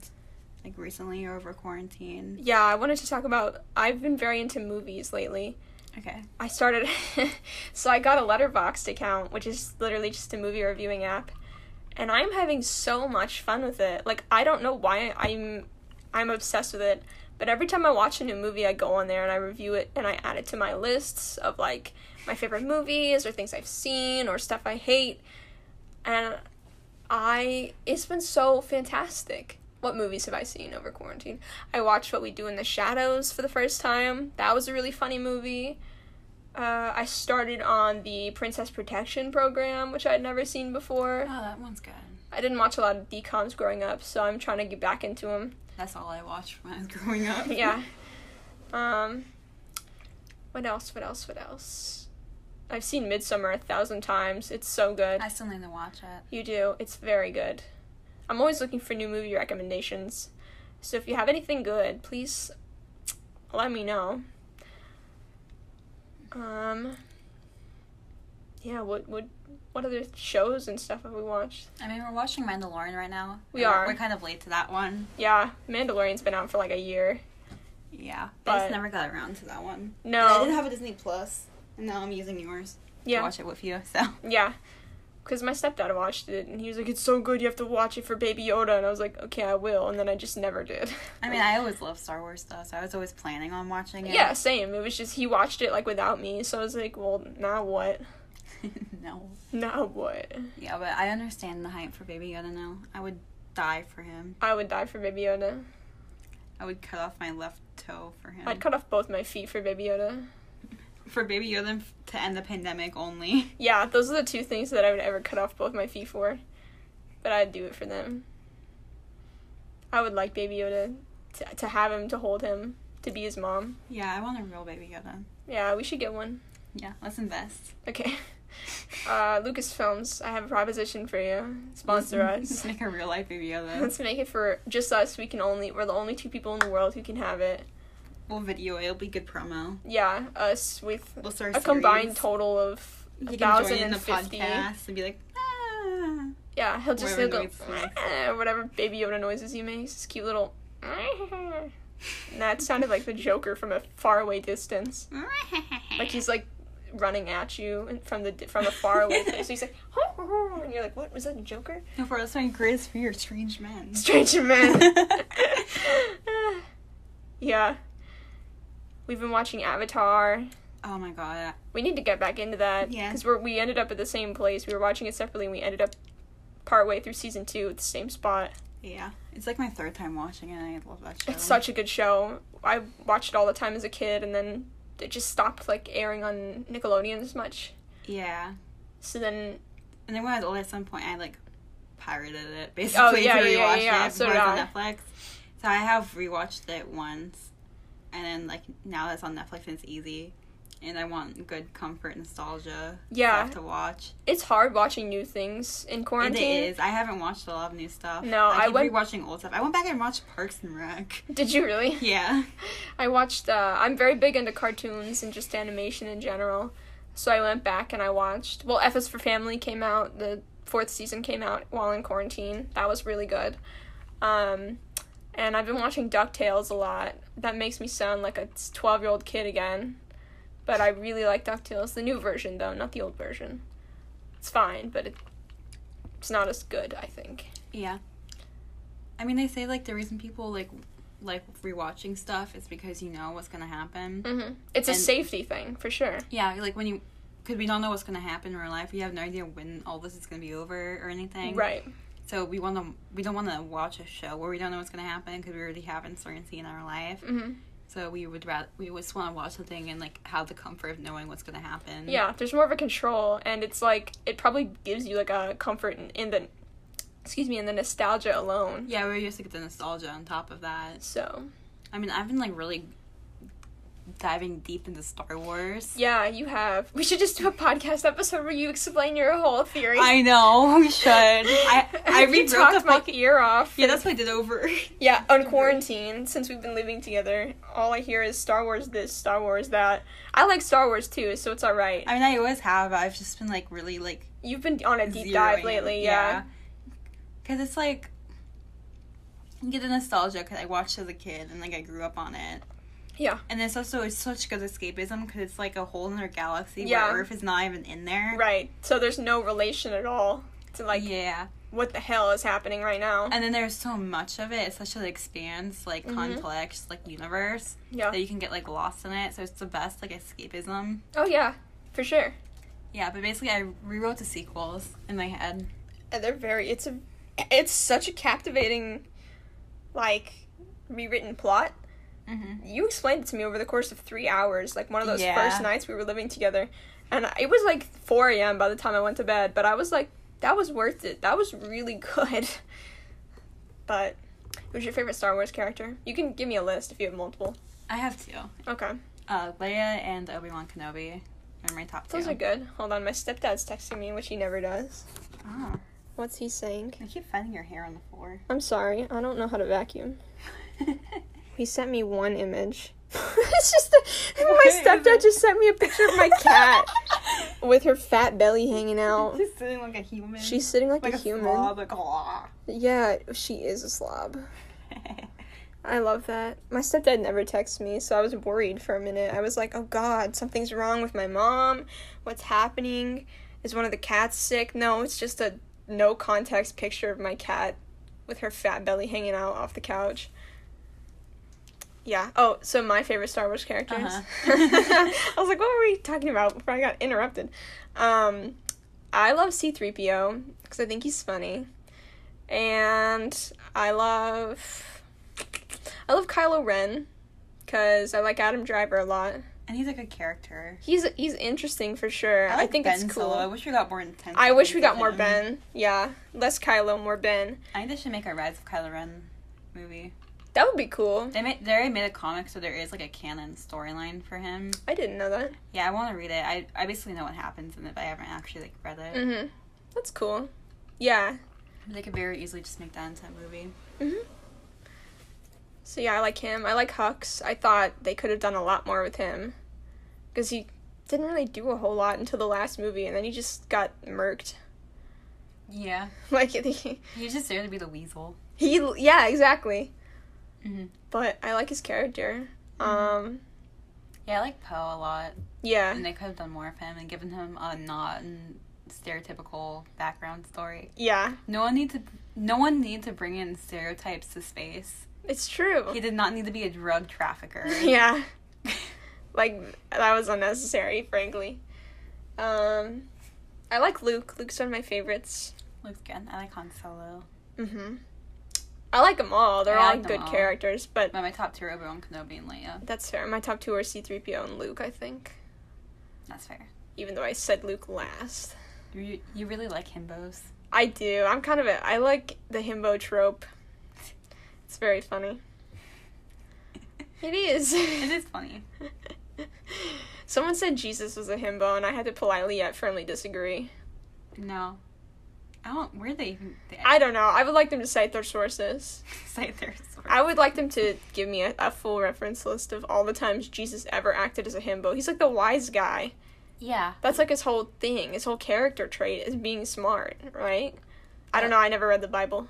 like recently or over quarantine.
yeah, I wanted to talk about. I've been very into movies lately.
Okay.
I started, so I got a Letterboxd account, which is literally just a movie reviewing app, and I'm having so much fun with it. Like I don't know why I'm, I'm obsessed with it. But every time I watch a new movie, I go on there and I review it and I add it to my lists of like my favorite movies or things I've seen or stuff I hate, and I it's been so fantastic. What movies have I seen over quarantine? I watched What We Do in the Shadows for the first time. That was a really funny movie. Uh, I started on the Princess Protection program, which I'd never seen before.
Oh, that one's good.
I didn't watch a lot of DComs growing up, so I'm trying to get back into them.
That's all I watched when I was growing up.
Yeah. Um. What else? What else? What else? I've seen Midsummer a thousand times. It's so good.
I still need to watch it.
You do. It's very good. I'm always looking for new movie recommendations. So if you have anything good, please let me know. Um Yeah, what what what other shows and stuff have we watched?
I mean, we're watching Mandalorian right now.
We
and we're-
are.
We're kind of late to that one.
Yeah, Mandalorian's been out for like a year.
Yeah. I
But-
just never got around to that one.
No.
And I didn't have a Disney Plus, and now I'm using yours
yeah.
to watch it with you. So
Yeah. because my stepdad watched it and he was like, "It's so good, you have to watch it for Baby Yoda," and I was like, "Okay, I will," and then I just never did.
I mean, I always loved Star Wars though, so I was always planning on watching it.
yeah, same. It was just he watched it like without me, so I was like, "Well, now what?
no.
Now what?"
Yeah, but I understand the hype for Baby Yoda now. I would die for him.
I would die for Baby Yoda.
I would cut off my left toe for him.
I'd cut off both my feet for Baby Yoda.
for Baby Yoda f- to end the pandemic only.
Yeah, those are the two things that I would ever cut off both my feet for. But I'd do it for them. I would like Baby Yoda to, to have him, to hold him, to be his mom.
Yeah, I want a real Baby Yoda.
Yeah, we should get one.
Yeah, let's invest.
Okay. Uh, Lucasfilms, I have a proposition for you. Sponsor
Let's
us.
make a real life Baby Yoda.
Let's make it for just us. We can only, we're the only two people in the world who can have it.
We'll video it. It'll be good promo.
Yeah, us with
We'll start
a combined
series.
total of a
You can
thousand
join in
and
the
fifty.
podcast and be like, ah.
Yeah, he'll just
Whatever
he'll go
noises he makes.
"Ah," whatever baby Yoda noises he makes. This cute little. "Ah." And that sounded like the Joker from a faraway distance. Like he's like running at you and from the from a faraway. so he's like, and you're like, what was that, the Joker?
No, for that's my greatest fear, strange men.
Strange man. yeah, we've been watching Avatar.
oh my god.
We need to get back into that
Yeah.
because we're we ended up at the same place. We were watching it separately. and We ended up partway through season two at the same spot.
Yeah. It's like my third time watching it and I love that show.
It's such a good show. I watched it all the time as a kid, and then it just stopped like airing on Nickelodeon as much.
Yeah.
So then,
And then when I was older at some point I like pirated it basically
Oh, yeah,
to
yeah, yeah,
rewatch
yeah,
it
so
before it was on
did
Netflix. So I have rewatched it once and then like now that it's on Netflix and it's easy. And I want good comfort nostalgia
Yeah.
stuff to watch.
it's hard watching new things in
And it
quarantine.
is. I haven't watched a lot of new stuff.
No, I
I keep
went-
rewatching old stuff. I went back and watched Parks and Rec.
Did you really?
Yeah.
I watched. Uh, I'm very big into cartoons and just animation in general. So I went back and I watched. Well, F is for Family came out. The fourth season came out while in quarantine. That was really good. Um, and I've been watching Ducktales a lot. That makes me sound like a 12 year old kid again. But I really like Ducktales. The new version though, not the old version. It's fine, but it, it's not as good. I think.
Yeah. I mean, they say like the reason people like like rewatching stuff is because you know what's gonna happen.
hmm It's a
And-
safety thing for sure.
Yeah, like when you because we don't know what's gonna happen in real life. We have no idea when all this is gonna be over or anything.
Right.
So we want to we don't want to watch a show where we don't know what's gonna happen because we already have uncertainty in our life.
hmm
So we would rather we just want to watch something and like have the comfort of knowing what's gonna happen.
Yeah, there's more of a control, and it's like it probably gives you like a comfort in, in the, excuse me, in the nostalgia alone.
Yeah, we just get the nostalgia on top of that.
So
I mean, I've been like really diving deep into Star Wars.
yeah, you have. We should just do a podcast episode where you explain your whole theory.
I know we should. I I
you
rewrote
talked
the
my
fucking.
ear off.
Yeah, that's what I did over.
Yeah, on quarantine, since we've been living together, all I hear is Star Wars this, Star Wars that. I like Star Wars too, so it's alright.
I mean, I always have. I've just been like really like
You've been on a deep
zeroing
dive
it,
lately, yeah.
Because it's like you get the nostalgia because I watched as a kid and like I grew up on it.
Yeah.
And it's also it's such good escapism because it's like a whole other galaxy
Yeah.
where Earth is not even in there.
Right. So there's no relation at all to like
yeah.
what the hell is happening right now.
And then there's so much of it. It's such an expanse, like complex, like universe
Yeah.
that you can get like lost in it. So it's the best like escapism.
Oh yeah, for sure.
Yeah, but basically I rewrote the sequels in my head.
And they're very. It's a. It's such a captivating, like, rewritten plot.
Mm-hmm.
You explained it to me over the course of three hours, like one of those
Yeah.
first nights we were living together, and I- it was like four a.m. by the time I went to bed. But I was like, that was worth it. That was really good. but who's your favorite Star Wars character? You can give me a list if you have multiple.
I have two.
Okay,
Uh, Leia and Obi Wan Kenobi are my top
those
two.
are good. Hold on, my stepdad's texting me, which he never does.
Oh,
What's he saying?
I keep finding your hair on the floor.
I'm sorry, I don't know how to vacuum. He sent me one image. it's just a, my
is
stepdad
it?
just sent me a picture of my cat with her fat belly hanging out.
She's sitting like a human.
She's sitting like,
like
a, human.
slob, like, "Aw."
Yeah, she is a slob. I love that. My stepdad never texts me, so I was worried for a minute. I was like, "Oh God, something's wrong with my mom. What's happening?" Is one of the cats sick? No, it's just a no context picture of my cat with her fat belly hanging out off the couch. Yeah. Oh, so my favorite Star Wars characters.
Uh-huh.
I was like, what were we talking about before I got interrupted? Um, I love C3PO because I think he's funny. And I love I love Kylo Ren because I like Adam Driver a lot.
And he's a good character.
He's he's interesting for sure. I,
like
think
ben
it's cool.
Solo. I wish we got more intense.
I wish we
scenes
got
with
more
him.
Ben. Yeah, less Kylo, more Ben.
I think they should make a Rise of Kylo Ren movie.
That would be cool.
They made they already made a comic, so there is like a canon storyline for him.
I didn't know that.
Yeah, I want to read it. I I basically know what happens in it, but I haven't actually like read it.
Mhm. That's cool. Yeah.
They could very easily just make that into a movie.
Mhm. So yeah, I like him. I like Hux. I thought they could have done a lot more with him, because he didn't really do a whole lot until the last movie, and then he just got murked.
Yeah,
Like he,
he's just there to be the weasel.
he yeah, exactly.
Mm-hmm.
But I like his character. Um,
Yeah, I like Poe a lot,
yeah,
and they could have done more of him and given him a not stereotypical background story.
yeah,
No one need to no one need to bring in stereotypes to space.
it's true.
He did not need to be a drug trafficker.
yeah, like that was unnecessary, frankly. Um, I like Luke. Luke's one of my favorites.
Looks good. I like Han Solo.
hmm I like them all. They're
Mm-hmm. I
all
like 'em
good
all. Uh,
characters, but
But my top two are Obi Wan Kenobi and Leia.
that's fair. My top two are C-3PO and Luke, I think.
That's fair.
Even though I said Luke last.
You you really like himbos.
I do. I'm kind of a... I like the himbo trope. It's very funny. It is.
It is funny.
Someone said Jesus was a himbo, and I had to politely yet firmly disagree.
No, I don't. Where they even they
I don't know. I would like them to cite their sources.
say their source.
I would like them to give me a, a full reference list of all the times Jesus ever acted as a himbo. He's like the wise guy.
yeah.
That's like his whole thing. His whole character trait is being smart, right? I don't know. I never read the Bible.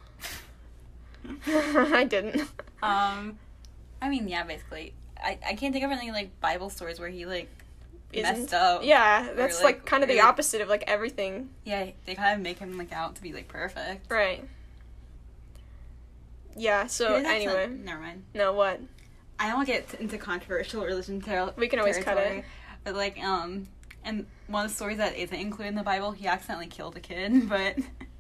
I didn't.
Um, I mean, yeah, basically. I, I can't think of any like Bible stories where he like messed
Isn't-
up.
Yeah, that's like,
like-
kind of
or,
the
like-
opposite of like everything,
Yeah, they kind of make him like out to be like perfect.
right? Yeah. So
Maybe that's not-
anyway,
never mind.
no what?
I don't get into controversial religion ter-
We can always cut
territory,
it.
But like, um, and one of the stories that isn't included in the Bible, he accidentally killed a kid, but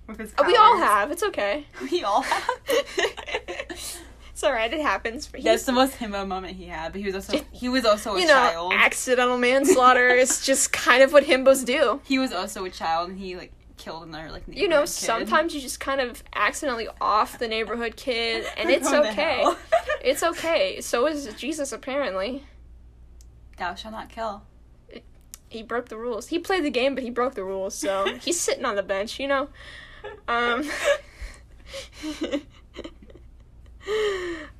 with his
Oh, we all
powers.
have. It's okay.
We all have.
It's all right. It happens. But
That's
he's,
the most himbo moment he had, but he was also he was also a
you know,
child.
accidental manslaughter is just kind of what himbos do.
he was also a child, and he like killed another like
You
neighborhood
know,
kid.
sometimes you just kind of accidentally off the neighborhood kid, and
We're
it's
going to
okay.
hell.
It's okay. So is Jesus apparently.
Thou shalt not kill.
He broke the rules. He played the game, but he broke the rules, so he's sitting on the bench, you know. Um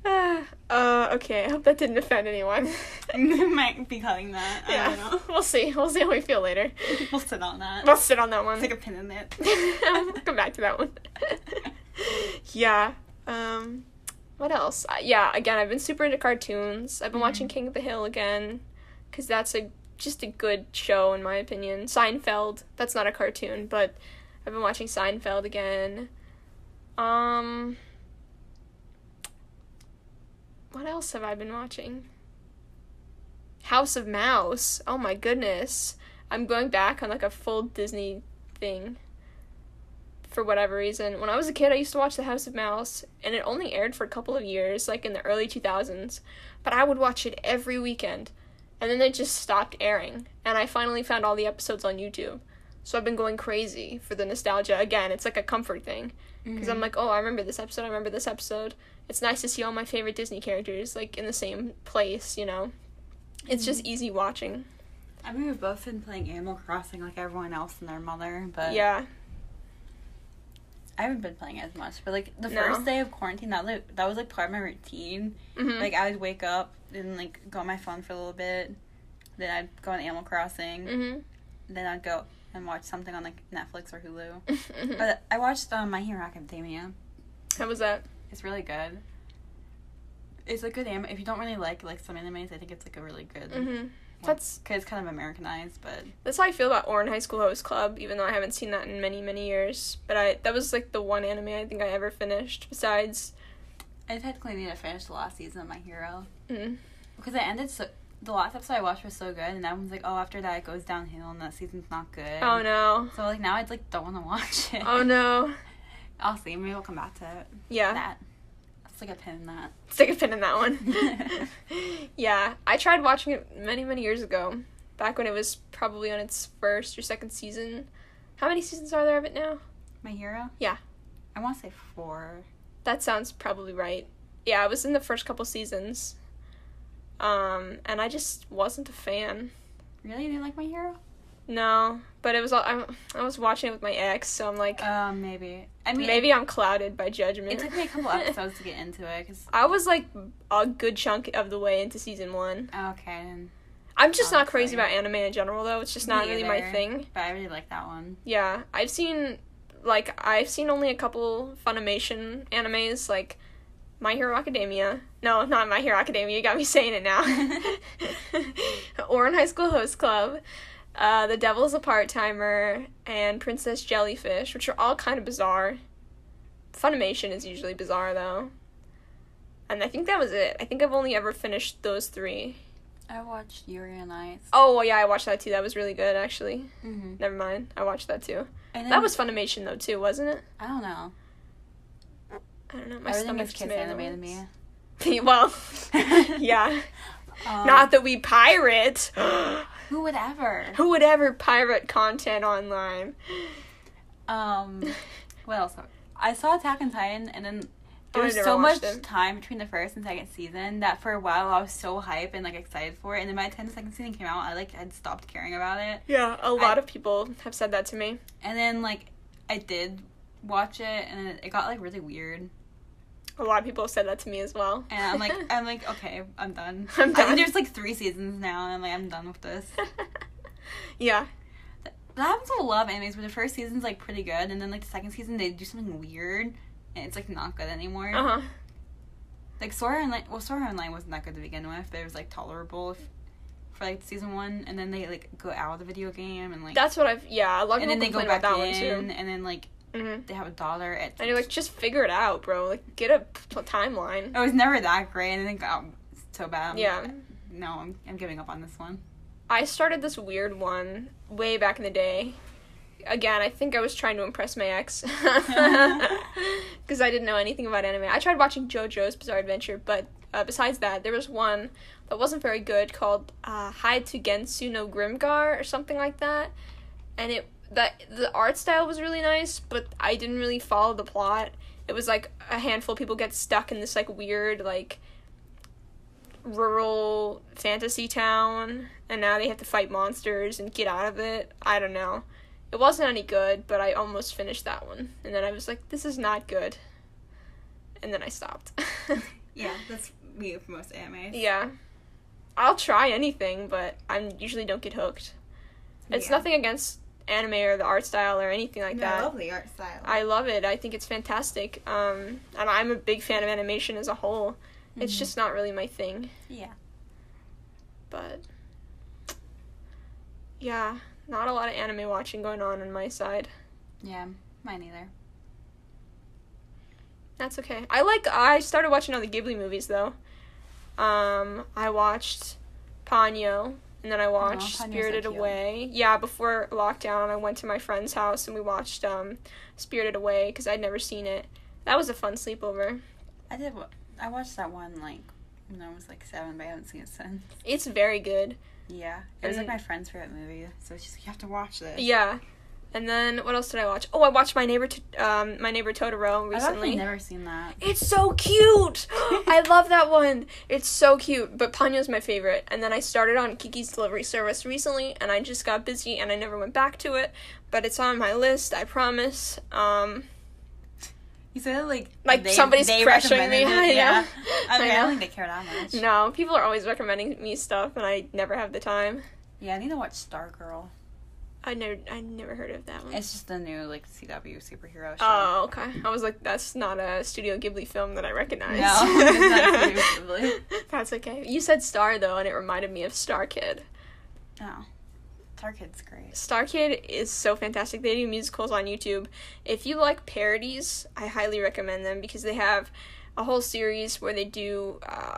Ah, uh, okay, I hope that didn't offend anyone.
might be cutting that. I
yeah,
don't know.
we'll see. We'll see how we feel later.
We'll sit on that.
We'll sit on that one.
Stick a pin in it.
we'll come back to that one. yeah. Um, what else? Uh, yeah. Again, I've been super into cartoons. I've been watching King of the Hill again, because that's a just a good show in my opinion. Seinfeld. That's not a cartoon, but I've been watching Seinfeld again. Um. What else have I been watching? House of Mouse. Oh my goodness. I'm going back on like a full Disney thing for whatever reason. When I was a kid, I used to watch The House of Mouse, and it only aired for a couple of years, like in the early 2000s. But I would watch it every weekend, and then it just stopped airing. And I finally found all the episodes on YouTube. So I've been going crazy for the nostalgia. Again, it's like a comfort thing. Because
Mm-hmm.
I'm like, oh, I remember this episode, I remember this episode. It's nice to see all my favorite Disney characters, like, in the same place, you know? It's just easy watching.
I mean, we've both been playing Animal Crossing like everyone else and their mother, but
Yeah.
I haven't been playing as much. But like the
No.
first day of quarantine, that like, that was like part of my routine.
Mhm.
Like I would wake up and like go on my phone for a little bit, then I'd go on Animal Crossing,
hmm
then I'd go and watch something on like Netflix or Hulu.
Mm-hmm.
But I watched um, My Hero Academia.
How was that?
It's really good. It's a good anime. If you don't really like like some animes, I think it's like a really good
hmm That's
because it's kind of Americanized, but
that's how I feel about Orin High School Host Club, even though I haven't seen that in many, many years. But I that was like the one anime I think I ever finished besides
I technically need to finish the last season of My Hero
mm,
because it ended so. The last episode I watched was so good, and everyone's like, "Oh, after that it goes downhill, and that season's not good."
Oh no.
So like now I like don't want to watch it.
Oh no.
I'll see. Maybe we'll come back to it.
Yeah.
That. That's like a pin in that.
Stick a pin in that one. yeah. I tried watching it many, many years ago. Back when it was probably on its first or second season. How many seasons are there of it now?
My Hero.
Yeah.
I want to say four.
That sounds probably right. Yeah, I was in the first couple seasons. Um, and I just wasn't a fan.
Really, you didn't like My Hero?
No, but it was all, I, I was watching it with my ex, so I'm like,
Uh, maybe. I mean,
maybe I'm clouded by judgment.
It, it took me a couple episodes to get into it because
I was like a good chunk of the way into season one.
okay, then-
I'm just not
Honestly.
crazy about anime in general, though. It's just not
Oh, Me
really my
either.
thing.
but I really like that one.
Yeah, I've seen, like, I've seen only a couple Funimation animes, like My Hero Academia. No, not My Hero Academia. You got me saying it now. Orin High School Host Club, uh, The Devil's a Part Timer, and Princess Jellyfish, which are all kind of bizarre. Funimation is usually bizarre though. And I think that was it. I think I've only ever finished those three.
I watched Yuri on Ice.
Oh well, yeah, I watched that too. That was really good actually.
hmm
Never mind, I watched that too.
And then,
That was Funimation though too, wasn't it?
I don't know.
I don't know. My
Everything
stomach's
is kids
made a
anime to me.
noise. well, yeah.
Um,
Not that we pirate.
who would ever.
Who would ever pirate content online?
Um, what else? I saw Attack on Titan, and then
Oh, I
there was
never
so much
watched it.
time between the first and second season that for a while I was so hype and like excited for it, and then by the time the second season came out, I like had stopped caring about it.
Yeah, a lot of people have said that to me.
And then like I did watch it, and it- it got like really weird.
A lot of people have said that to me as well.
And I'm like, I'm like, okay, I'm done.
I'm
I think
done.
there's like three seasons now, and I'm like, I'm done with this.
yeah,
That happens with a lot of animes, where the first season's like pretty good, and then like the second season they do something weird, and it's like not good anymore.
uh huh.
Like Sora Online, well, Sora Online wasn't that good to begin with, but it was like tolerable if, for like season one, and then they like go out of the video game and like,
That's what I've. Yeah, a lot of
and then
people
they go
complain
back
about that
in,
one
and then like
too. hmm
they have a daughter. At,
And you're like, just figure it out, bro. Like, get a p- timeline.
it was never that great, and then it got so bad. I'm like,
Yeah.
no, I'm, I'm giving up on this one.
I started this weird one way back in the day. Again, I think I was trying to impress my ex because I didn't know anything about anime. I tried watching JoJo's Bizarre Adventure, but uh, besides that, there was one that wasn't very good called uh, Hide to Gensu no Grimgar or something like that, and it that the art style was really nice, but I didn't really follow the plot. It was like a handful of people get stuck in this like weird like rural fantasy town and now they have to fight monsters and get out of it. I don't know. It wasn't any good, but I almost finished that one. And then I was like, this is not good. And then I stopped.
Yeah, that's me for most animes.
yeah. I'll try anything, but I usually don't get hooked. It's
Yeah.
nothing against anime or the art style or anything like
No,
that.
lovely art style.
I love it. I think it's fantastic. Um, and I'm a big fan of animation as a whole. It's
Mm-hmm.
just not really my thing.
yeah.
but yeah, not a lot of anime watching going on on my side.
Yeah, mine either.
That's okay. I like I started watching all the Ghibli movies though. Um, I watched Ponyo and then I watched
Oh, Ponyo's so
Spirited
cute.
Away. Yeah, before lockdown, I went to my friend's house and we watched um Spirited Away cuz I'd never seen it. That was a fun sleepover.
I did. wa- I watched that one like when I was like seven, but I haven't seen it since.
It's very good.
Yeah, it was like
And-
my friend's favorite movie, so she's like, "You have to watch this."
Yeah. And then what else did I watch? Oh, I watched My Neighbor T- um My Neighbor Totoro
I've actually
recently.
never seen that.
It's so cute. I love that one. It's so cute. But Ponyo's my favorite. And then I started on Kiki's Delivery Service recently, and I just got busy and I never went back to it. But it's on my list. I promise. Um,
You said like
Like, somebody's pressuring
pressuring
me, I know.
Yeah, I mean,
I
I
know.
don't think they care that much.
no, people are always recommending me stuff, and I never have the time.
Yeah, I need to watch Stargirl.
I never, I never heard of that one.
It's just the new like CW superhero show.
Oh, okay. I was like, that's not a Studio Ghibli film that I recognize.
No, it's not Studio Ghibli.
that's okay. You said Star though, and it reminded me of Star Kid.
Oh. Star Kid's great.
Star Kid is so fantastic. They do musicals on YouTube. If you like parodies, I highly recommend them because they have a whole series where they do uh,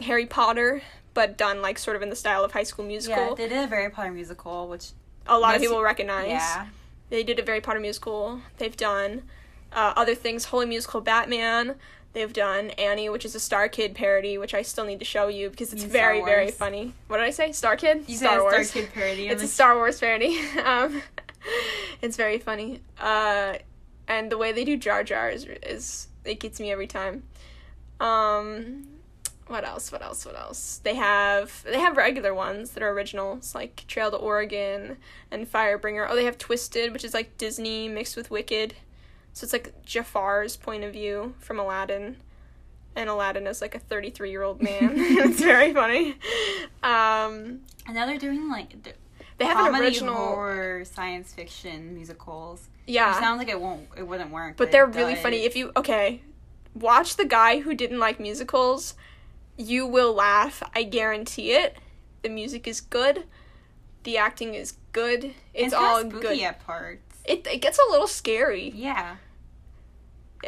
Harry Potter, but done like sort of in the style of High School Musical.
Yeah, they did a Harry Potter musical, which
a lot of
Miss-
people recognize.
yeah,
They did a Harry Potter musical. They've done uh, other things, Holy Musical Batman. They've done Annie, which is a Star Kid parody, which I still need to show you because it's
You mean Star
very, very
Wars?
funny. What did I say? Star Kid?
you
Star
said a
Wars.
Star Kid parody.
It's
It's
a Star Wars parody. um, it's very funny. Uh, and the way they do Jar Jar is, is it gets me every time. Um, what else? What else? What else? They have they have regular ones that are originals like Trail to Oregon and Firebringer. Oh, they have Twisted, which is like Disney mixed with Wicked. So it's like Jafar's point of view from Aladdin. And Aladdin is like a 33 year old man. it's very funny. Um,
and now they're doing like th-
they have an
comedy,
original.
horror, science fiction musicals. It
Yeah,
sounds like it won't, it wouldn't work.
but
it
they're really
does.
funny. If you okay, watch the guy who didn't like musicals, you will laugh. I guarantee it. The music is good. The acting is good. It's,
kinda
all
spooky
good.
at parts.
It it gets a little scary,
Yeah,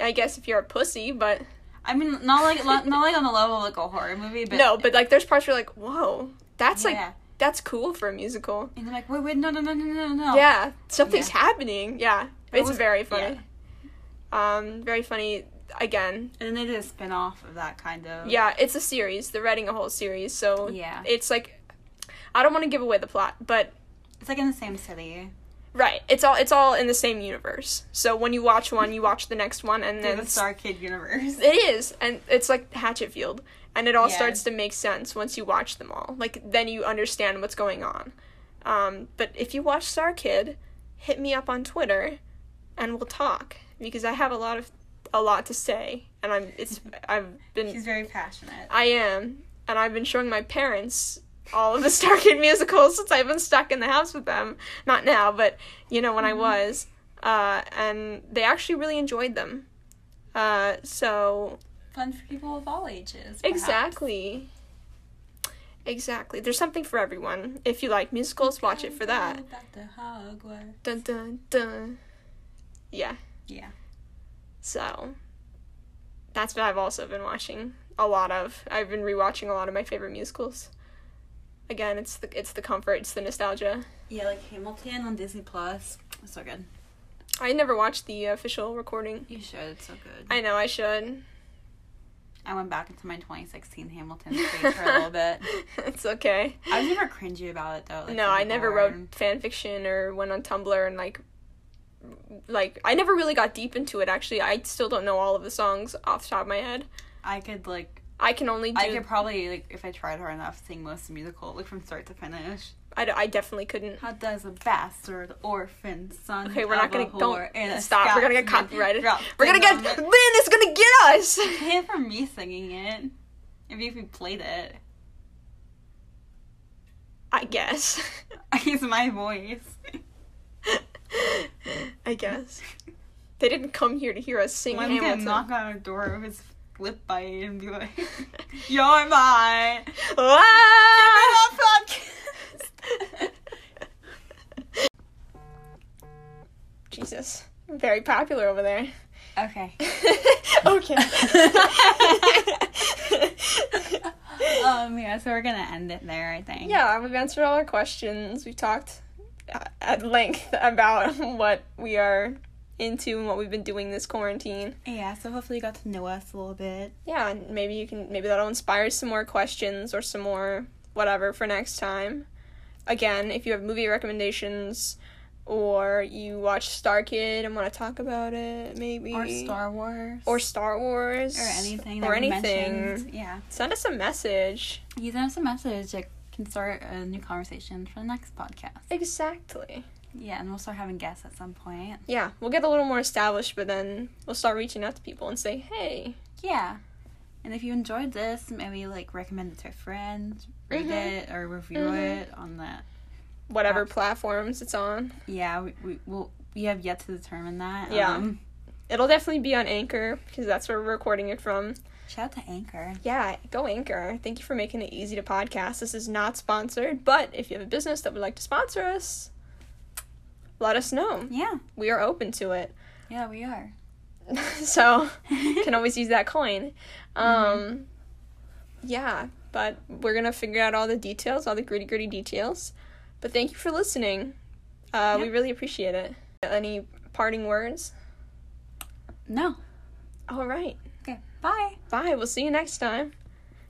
I guess, if you're a pussy. But
I mean, not like not like on the level of like a horror movie, but
no, but like there's parts where you're like, whoa, that's
Yeah.
like that's cool for a musical.
and they're like, wait, wait, no, no, no, no, no, no.
Yeah, something's happening. Yeah,
Oh. It
it's
was-
very
yeah.
funny. Um, very funny. Again,
And then they did a spin off of that kind of.
Yeah, it's a series. They're writing a whole series, so
Yeah.
it's like I don't want to give away the plot, but
It's like in the same city.
right, it's all it's all in the same universe. So when you watch one, you watch the next one, and
Through
then
the Star Kid universe.
it is, and it's like Hatchetfield, and it all
Yeah.
starts to make sense once you watch them all. Like then you understand what's going on. Um, but if you watch Star Kid, hit me up on Twitter, and we'll talk because I have a lot of a lot to say, and I'm it's I've been
She's very passionate.
I am, and I've been showing my parents all of the Star Kid musicals since I've been stuck in the house with them. Not now, but you know when I was, uh, and they actually really enjoyed them. Uh, so
Fun for people of all ages. perhaps.
exactly, exactly. There's something for everyone. If you like musicals, watch it for that.
Back to Hogwarts.
Dun dun dun. Yeah.
Yeah.
So that's what I've also been watching a lot of. I've been rewatching a lot of my favorite musicals. Again, it's the it's the comfort, it's the nostalgia.
Yeah, like Hamilton on Disney Plus. It's so good.
I never watched the official recording.
You should. It's so good. I,
I know I should.
went back into my 2016 Hamilton phase for a little bit.
it's okay.
I was never cringy about it though. like
no,
some
I
people
never
are.
wrote fan fiction or went on Tumblr and like like I never really got deep into it actually. I still don't know all of the songs off the top of my head.
I could like.
I can only do
I could probably like if I tried hard enough sing most of the musical like from start to finish.
I, d- I definitely couldn't.
How does a bastard orphan son?
Okay, we're not
of a
gonna
whore and a
don't stop. We're gonna get
Scotsman
copyrighted.
dropped
We're gonna get
in
Lynn
the-
is gonna get us.
Pay for me singing it. Maybe if we played it.
I guess.
I use my voice.
I guess they didn't come here to hear us sing
One's gonna
Hamilton.
knock on our door with his lip bite and be like, "You're mine."
Ah! Jesus, very popular over there.
okay.
okay.
Um. Yeah. So we're gonna end it there. I think.
yeah, we've answered all our questions. We've talked uh, at length about what we are into and what we've been doing this quarantine.
Yeah. So hopefully you got to know us a little bit.
yeah, and maybe you can maybe that'll inspire some more questions or some more whatever for next time. Again, if you have movie recommendations or you watch Star Kid and want to talk about it, maybe
Or Star Wars.
or Star Wars
or anything. That
or
we
anything.
mentioned. Yeah.
Send us a message.
You can us a message. It can start a new conversation for the next podcast.
Exactly.
Yeah, and we'll start having guests at some point.
Yeah, we'll get a little more established, but then we'll start reaching out to people and say, "Hey,
Yeah. And if you enjoyed this, maybe like recommend it to a friend, rate
Mhm.
it or review
Mhm.
it on that.
whatever
Abs-
platforms it's on."
Yeah, we we we'll, we have yet to determine that.
Yeah.
Um,
It'll definitely be on Anchor because that's where we're recording it from.
Shout out to Anchor.
Yeah, go Anchor. Thank you for making it easy to podcast. This is not sponsored, but if you have a business that would like to sponsor us, let us know.
Yeah.
We are open to it.
Yeah, we are.
so, can always use that coin. Um, Yeah, but we're going to figure out all the details, all the gritty, gritty details. But thank you for listening. Uh, We
Yep.
really appreciate it. Any parting words?
No.
All right.
Okay. Bye.
Bye. We'll see you next time.